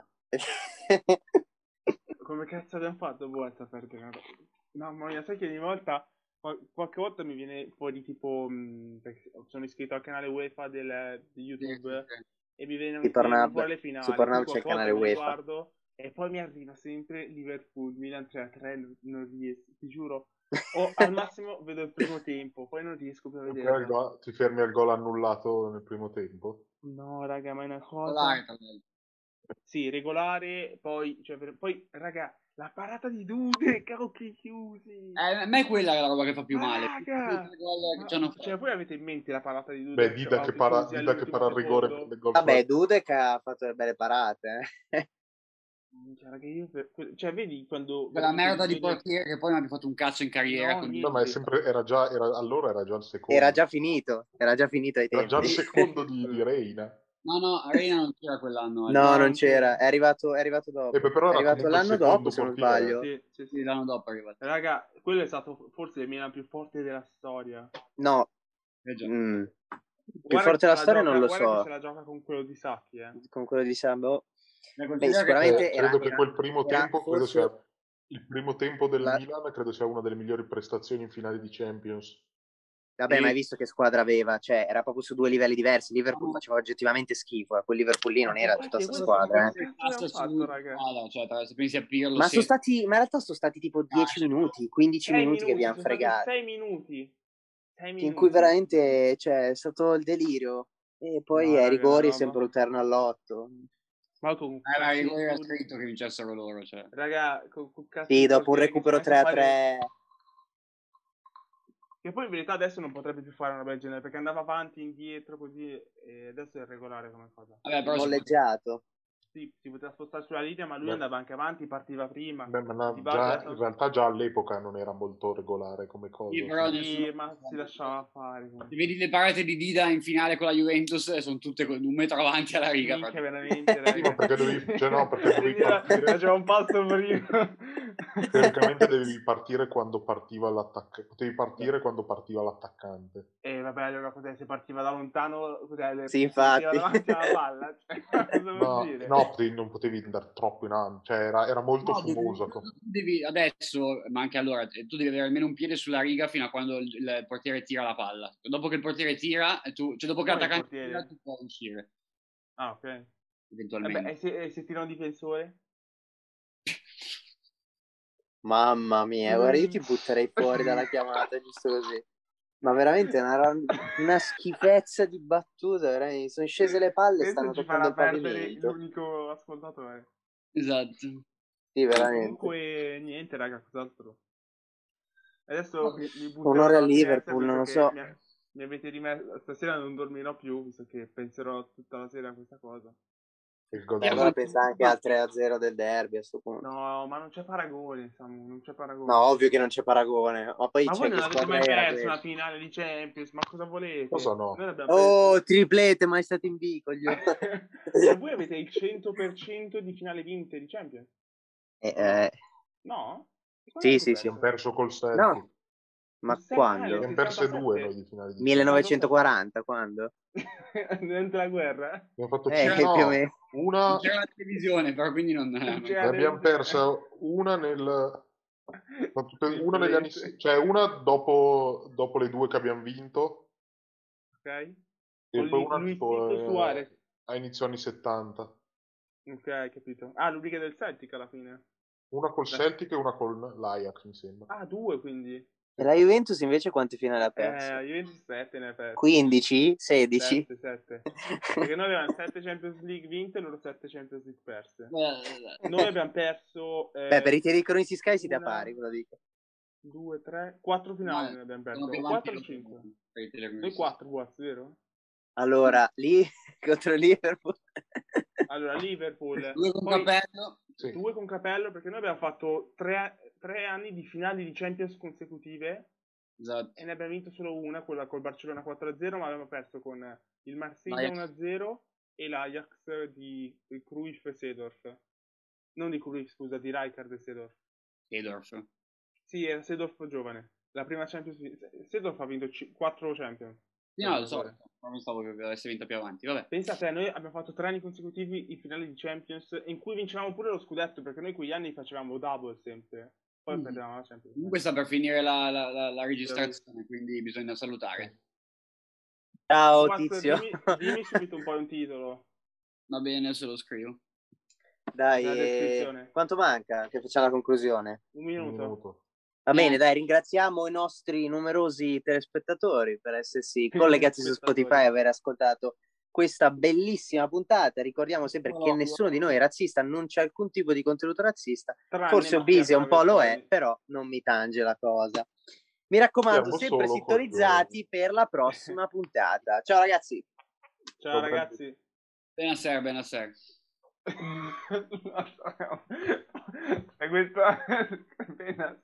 Speaker 4: Come cazzo abbiamo fatto volta a perdere? una cosa? Mamma mia, sai che ogni volta, qual- qualche volta mi viene fuori tipo, mh, perché sono iscritto al canale UEFA del, di YouTube e mi viene
Speaker 1: Di Pornhub.
Speaker 4: fuori le finali.
Speaker 1: Su Pornhub
Speaker 4: quindi
Speaker 1: c'è il
Speaker 4: qualche
Speaker 1: canale
Speaker 4: volta mi
Speaker 1: UEFA.
Speaker 4: guardo e poi mi arriva sempre Liverpool, Milan 3-3, non riesco, ti giuro. O al massimo vedo il primo tempo, poi non riesco più a
Speaker 3: Ti fermi al
Speaker 4: vedere.
Speaker 3: gol- Ti fermi al gol annullato nel primo tempo?
Speaker 4: No, raga, ma è una cosa...
Speaker 2: Dai, dai.
Speaker 4: Sì, regolare, poi, cioè, per- poi, raga, la parata di Dude, cavoli chiusi.
Speaker 2: Eh, a me è quella la roba che fa più male.
Speaker 4: Raga!
Speaker 2: Tutti i gol che
Speaker 4: Ma-
Speaker 2: ci hanno
Speaker 4: cioè,
Speaker 2: fatto.
Speaker 4: voi avete in mente la parata di Dude? cioè,
Speaker 3: Beh, Dida che para, Dida che para il rigore per il gol
Speaker 1: Vabbè,
Speaker 3: sulla-
Speaker 1: Dudek ha fatto delle belle parate. eh.
Speaker 4: Cioè, io per- que- cioè, vedi quando...
Speaker 2: Quella
Speaker 4: quando
Speaker 2: merda di
Speaker 4: vedi-
Speaker 2: portiere che poi non ha più fatto un cazzo in carriera.
Speaker 4: No,
Speaker 2: con-
Speaker 4: niente.
Speaker 3: No, ma è sempre, era già, era- allora era già il secondo.
Speaker 1: diciamo Era già finito, era già finito ai
Speaker 3: Oh.
Speaker 1: tempi.
Speaker 3: Era già il secondo di, di Reina.
Speaker 2: No, no, Arena non c'era quell'anno. eh.
Speaker 1: No, non
Speaker 4: non c'era.
Speaker 1: c'era, è arrivato, è arrivato dopo.
Speaker 3: Eh, beh, però
Speaker 1: è
Speaker 3: era
Speaker 1: arrivato
Speaker 3: comunque il
Speaker 1: l'anno
Speaker 3: secondo
Speaker 1: dopo, se non
Speaker 3: portiere.
Speaker 1: sbaglio.
Speaker 4: Sì, sì,
Speaker 2: Sì,
Speaker 4: sì.
Speaker 2: l'anno dopo è arrivato.
Speaker 4: Raga, quello è stato forse il Milan più forte della storia.
Speaker 1: No,
Speaker 2: Eh, già.
Speaker 1: mm, più
Speaker 4: Guarda
Speaker 1: forte della
Speaker 4: che se la
Speaker 1: storia
Speaker 4: gioca-
Speaker 1: non lo
Speaker 4: guarda
Speaker 1: so.
Speaker 4: che se la gioca con quello di Sacchi, eh.
Speaker 1: Con quello di oh. Sambo. Beh, sicuramente
Speaker 3: Cioè, credo
Speaker 1: era-
Speaker 3: che quel primo
Speaker 1: era
Speaker 3: tempo credo
Speaker 1: forse-
Speaker 3: sia il primo tempo del
Speaker 1: La-
Speaker 3: Milan credo sia una delle migliori prestazioni in finale di Champions
Speaker 1: Vabbè,
Speaker 2: Sì.
Speaker 1: ma hai visto che squadra aveva? Cioè, era proprio su due livelli diversi. Liverpool faceva oggettivamente schifo, eh. quel Liverpool lì non era tutta
Speaker 4: Sì,
Speaker 1: questa
Speaker 4: quello
Speaker 1: squadra. eh.
Speaker 4: che abbiamo fatto,
Speaker 2: Su-
Speaker 4: raga.
Speaker 2: guarda, cioè, tra- se pensi a Pirlo,
Speaker 1: Ma,
Speaker 2: se-
Speaker 1: sono stati, ma in realtà sono stati tipo 10 minuti, 15
Speaker 4: eh, Sei
Speaker 1: minuti che abbiamo
Speaker 4: sono stati
Speaker 1: fregato.
Speaker 4: sei minuti. Sei minuti.
Speaker 1: In cui veramente cioè, è stato il delirio. E poi
Speaker 4: No,
Speaker 1: ai
Speaker 4: raga,
Speaker 1: rigori è
Speaker 4: roba.
Speaker 1: sempre un terno all'otto.
Speaker 4: Ma con
Speaker 2: Eh, ma
Speaker 4: cazzo-
Speaker 2: era scritto che vincessero loro, cioè.
Speaker 4: Raga, con, con cazzo
Speaker 1: Sì,
Speaker 4: di
Speaker 1: dopo un
Speaker 4: portiere che
Speaker 1: recupero
Speaker 4: si mette
Speaker 1: 3
Speaker 4: a
Speaker 1: a
Speaker 4: fare-
Speaker 1: 3.
Speaker 4: Che poi in verità adesso non potrebbe più fare una bella genere perché andava avanti, indietro, così. E adesso è regolare come cosa.
Speaker 2: Vabbè, però se-
Speaker 1: Molleggiato.
Speaker 4: Sì, si poteva spostare sulla linea, ma lui
Speaker 3: Beh.
Speaker 4: andava anche avanti, partiva prima.
Speaker 3: Beh, ma no,
Speaker 4: Di Bala
Speaker 3: già-
Speaker 4: adesso-
Speaker 3: in realtà già all'epoca non era molto regolare come cosa
Speaker 2: Sì, però-
Speaker 4: Sì,
Speaker 2: nessuno-
Speaker 4: ma si lasciava fare.
Speaker 2: se vedi le parate di Dida in finale con la Juventus, eh, sono tutte con un metro avanti alla riga.
Speaker 4: Minchia,
Speaker 2: praticamente.
Speaker 4: veramente, raga.
Speaker 1: Sì,
Speaker 3: ma perché dovevi- cioè, no, perché dovevi
Speaker 4: Prendila-
Speaker 3: partire.
Speaker 4: faceva un passo prima.
Speaker 3: teoricamente devi partire quando partiva l'attaccante potevi partire quando partiva l'attaccante
Speaker 4: E vabbè, allora cos'è? Se partiva da lontano, cos'è? Le-
Speaker 1: Sì,
Speaker 4: si metteva
Speaker 1: infatti.
Speaker 4: davanti alla palla. Cioè, cosa vuol
Speaker 3: ma
Speaker 4: dire?
Speaker 3: no potevi- non potevi andare troppo in avanti cioè era, era molto
Speaker 2: No,
Speaker 3: fumoso
Speaker 4: ecco.
Speaker 2: devi-
Speaker 3: co-
Speaker 2: tu devi- adesso, ma anche allora, eh, tu devi avere almeno un piede sulla riga fino a quando il, il portiere tira la palla. Dopo che il portiere tira, eh, tu, cioè dopo che
Speaker 4: Come il
Speaker 2: l'attaccante
Speaker 4: portiere?
Speaker 2: tira, tu puoi uscire
Speaker 4: Ah, ok.
Speaker 2: eventualmente.
Speaker 4: Vabbè, e se, e se tira un difensore?
Speaker 1: Mamma mia, guarda, io
Speaker 4: Mm.
Speaker 1: ti butterei fuori dalla chiamata, giusto così. Ma veramente una, ra- una schifezza di battuta, veramente. Mi Sono scese le palle e
Speaker 4: Questo
Speaker 1: stanno
Speaker 4: ci
Speaker 1: toccando
Speaker 4: farà
Speaker 1: il
Speaker 4: perdere
Speaker 1: pavimento.
Speaker 4: l'unico ascoltatore.
Speaker 2: Esatto.
Speaker 1: Sì, veramente.
Speaker 4: Comunque, niente, raga, cos'altro. Adesso mi, mi butterò
Speaker 1: Onore
Speaker 4: dalla
Speaker 1: al Liverpool,
Speaker 4: finestra,
Speaker 1: non lo
Speaker 4: visto
Speaker 1: so.
Speaker 4: che Mi, mi avete rimesso stasera non dormirò più, visto che penserò tutta la sera a questa cosa.
Speaker 3: il gol
Speaker 1: Eh,
Speaker 3: di-
Speaker 1: allora pensa anche al 3-0 del derby a sto punto.
Speaker 4: No, ma non c'è paragone, Samu, non c'è paragone.
Speaker 1: No, ovvio che non c'è paragone. Ma poi
Speaker 4: ma
Speaker 1: c'è
Speaker 4: voi
Speaker 1: che
Speaker 4: non avete
Speaker 1: squadra
Speaker 4: mai
Speaker 1: era
Speaker 4: perso una
Speaker 1: questa?
Speaker 4: finale di Champions, ma cosa volete?
Speaker 3: Cosa no?
Speaker 4: Noi l'abbiamo
Speaker 1: Oh, triplete, mai stato in B, coglione.
Speaker 4: persa. ma voi avete il 100% di finale vinte di Champions?
Speaker 1: Eh, eh,
Speaker 4: No? E quando
Speaker 1: Sì,
Speaker 4: avete
Speaker 1: sì,
Speaker 4: perso?
Speaker 1: sì.
Speaker 3: perso col Celtic
Speaker 1: No. ma
Speaker 4: Il sei
Speaker 1: quando?
Speaker 4: male.
Speaker 3: ne perse
Speaker 4: 67.
Speaker 3: due noi di finale di
Speaker 1: 1940, quando?
Speaker 4: Durante la guerra?
Speaker 3: Abbiamo fatto
Speaker 4: Cioè,
Speaker 1: Eh,
Speaker 3: cinque- no,
Speaker 1: più o meno.
Speaker 3: una
Speaker 2: Non c'era la televisione, però quindi non... non-
Speaker 4: Cioè,
Speaker 3: ne abbiamo persa una nel ma tutte- una negli anni cioè una dopo, dopo le due che abbiamo vinto
Speaker 4: Ok.
Speaker 3: e
Speaker 4: Con
Speaker 3: poi
Speaker 4: Lu-
Speaker 3: una
Speaker 4: Luisito
Speaker 3: tipo, eh,
Speaker 4: Suarez.
Speaker 3: a inizio anni 70
Speaker 4: Ok, capito. Ah, l'unica del Celtic alla fine.
Speaker 3: una col
Speaker 4: Beh.
Speaker 3: Celtic e una con l'Ajax mi sembra
Speaker 4: Ah, due quindi.
Speaker 1: E La Juventus invece quante finali ha perso?
Speaker 4: Eh, io 27 ne ho perso.
Speaker 1: 15? 16?
Speaker 4: 7, 7. Perché noi avevamo 7 Champions League vinte e loro 7 Champions League perse. Noi abbiamo perso eh,
Speaker 1: Beh, per i tiri cronisti Sky si dà
Speaker 4: una-
Speaker 1: pari, ve lo dico.
Speaker 4: 2, 3, 4 finali
Speaker 2: No,
Speaker 4: ne abbiamo
Speaker 2: sono
Speaker 4: perso.
Speaker 2: più
Speaker 4: 4 o
Speaker 2: avanti
Speaker 4: 5.
Speaker 2: per i telecronisti.
Speaker 4: Noi 4, Watts, vero?
Speaker 1: Allora, lì contro Liverpool.
Speaker 4: Allora, Liverpool.
Speaker 2: Due con
Speaker 4: poi-
Speaker 2: capello.
Speaker 3: Sì.
Speaker 4: due con capello perché noi abbiamo fatto tre, tre anni di finali di Champions consecutive
Speaker 2: Esatto.
Speaker 4: e ne abbiamo vinto solo una, quella col Barcellona 4-0, ma abbiamo perso con il Marsiglia
Speaker 2: L'Ajax.
Speaker 4: 1-0 e l'Ajax di di Cruyff e Sedorf. Non di Cruyff, scusa, di Rijkaard e Sedorf.
Speaker 2: Seedorf.
Speaker 4: Sì, era Sedorf giovane. La prima Champions Sedorf ha vinto 4 Champions.
Speaker 2: Sì,
Speaker 4: Eh,
Speaker 2: no, lo so, non stavo che avesse vinto più avanti. Vabbè.
Speaker 4: Pensa a te, noi abbiamo fatto tre anni consecutivi i finali di Champions in cui vincevamo pure lo scudetto perché noi quegli anni facevamo double sempre. Poi
Speaker 2: Mm.
Speaker 4: perdevamo la Champions.
Speaker 2: Comunque sta per finire la, la- la- la registrazione, quindi bisogna salutare.
Speaker 1: Ciao
Speaker 4: Guazzo,
Speaker 1: tizio.
Speaker 4: Dimmi, dimmi subito un po' un titolo.
Speaker 2: Va bene, se lo scrivo.
Speaker 1: Dai,
Speaker 4: la
Speaker 1: eh,
Speaker 4: descrizione.
Speaker 1: quanto manca che facciamo la conclusione?
Speaker 4: Un
Speaker 3: Un
Speaker 4: minuto.
Speaker 3: minuto.
Speaker 1: Va bene, dai, ringraziamo i nostri numerosi telespettatori per essersi collegati su
Speaker 4: Spettatori.
Speaker 1: Spotify e aver ascoltato questa bellissima puntata. Ricordiamo sempre che nessuno di noi è razzista, non c'è alcun tipo di contenuto razzista.
Speaker 4: Tranne
Speaker 1: Forse
Speaker 4: Mattia
Speaker 1: Obisi un po' lo è,
Speaker 4: Traversoni.
Speaker 1: però non mi tange la cosa. Mi raccomando,
Speaker 3: Siamo
Speaker 1: sempre
Speaker 3: solo
Speaker 1: sintonizzati per la prossima puntata. Ciao ragazzi.
Speaker 4: Ciao ragazzi.
Speaker 2: Buonasera, buonasera.
Speaker 4: E questo... Appena...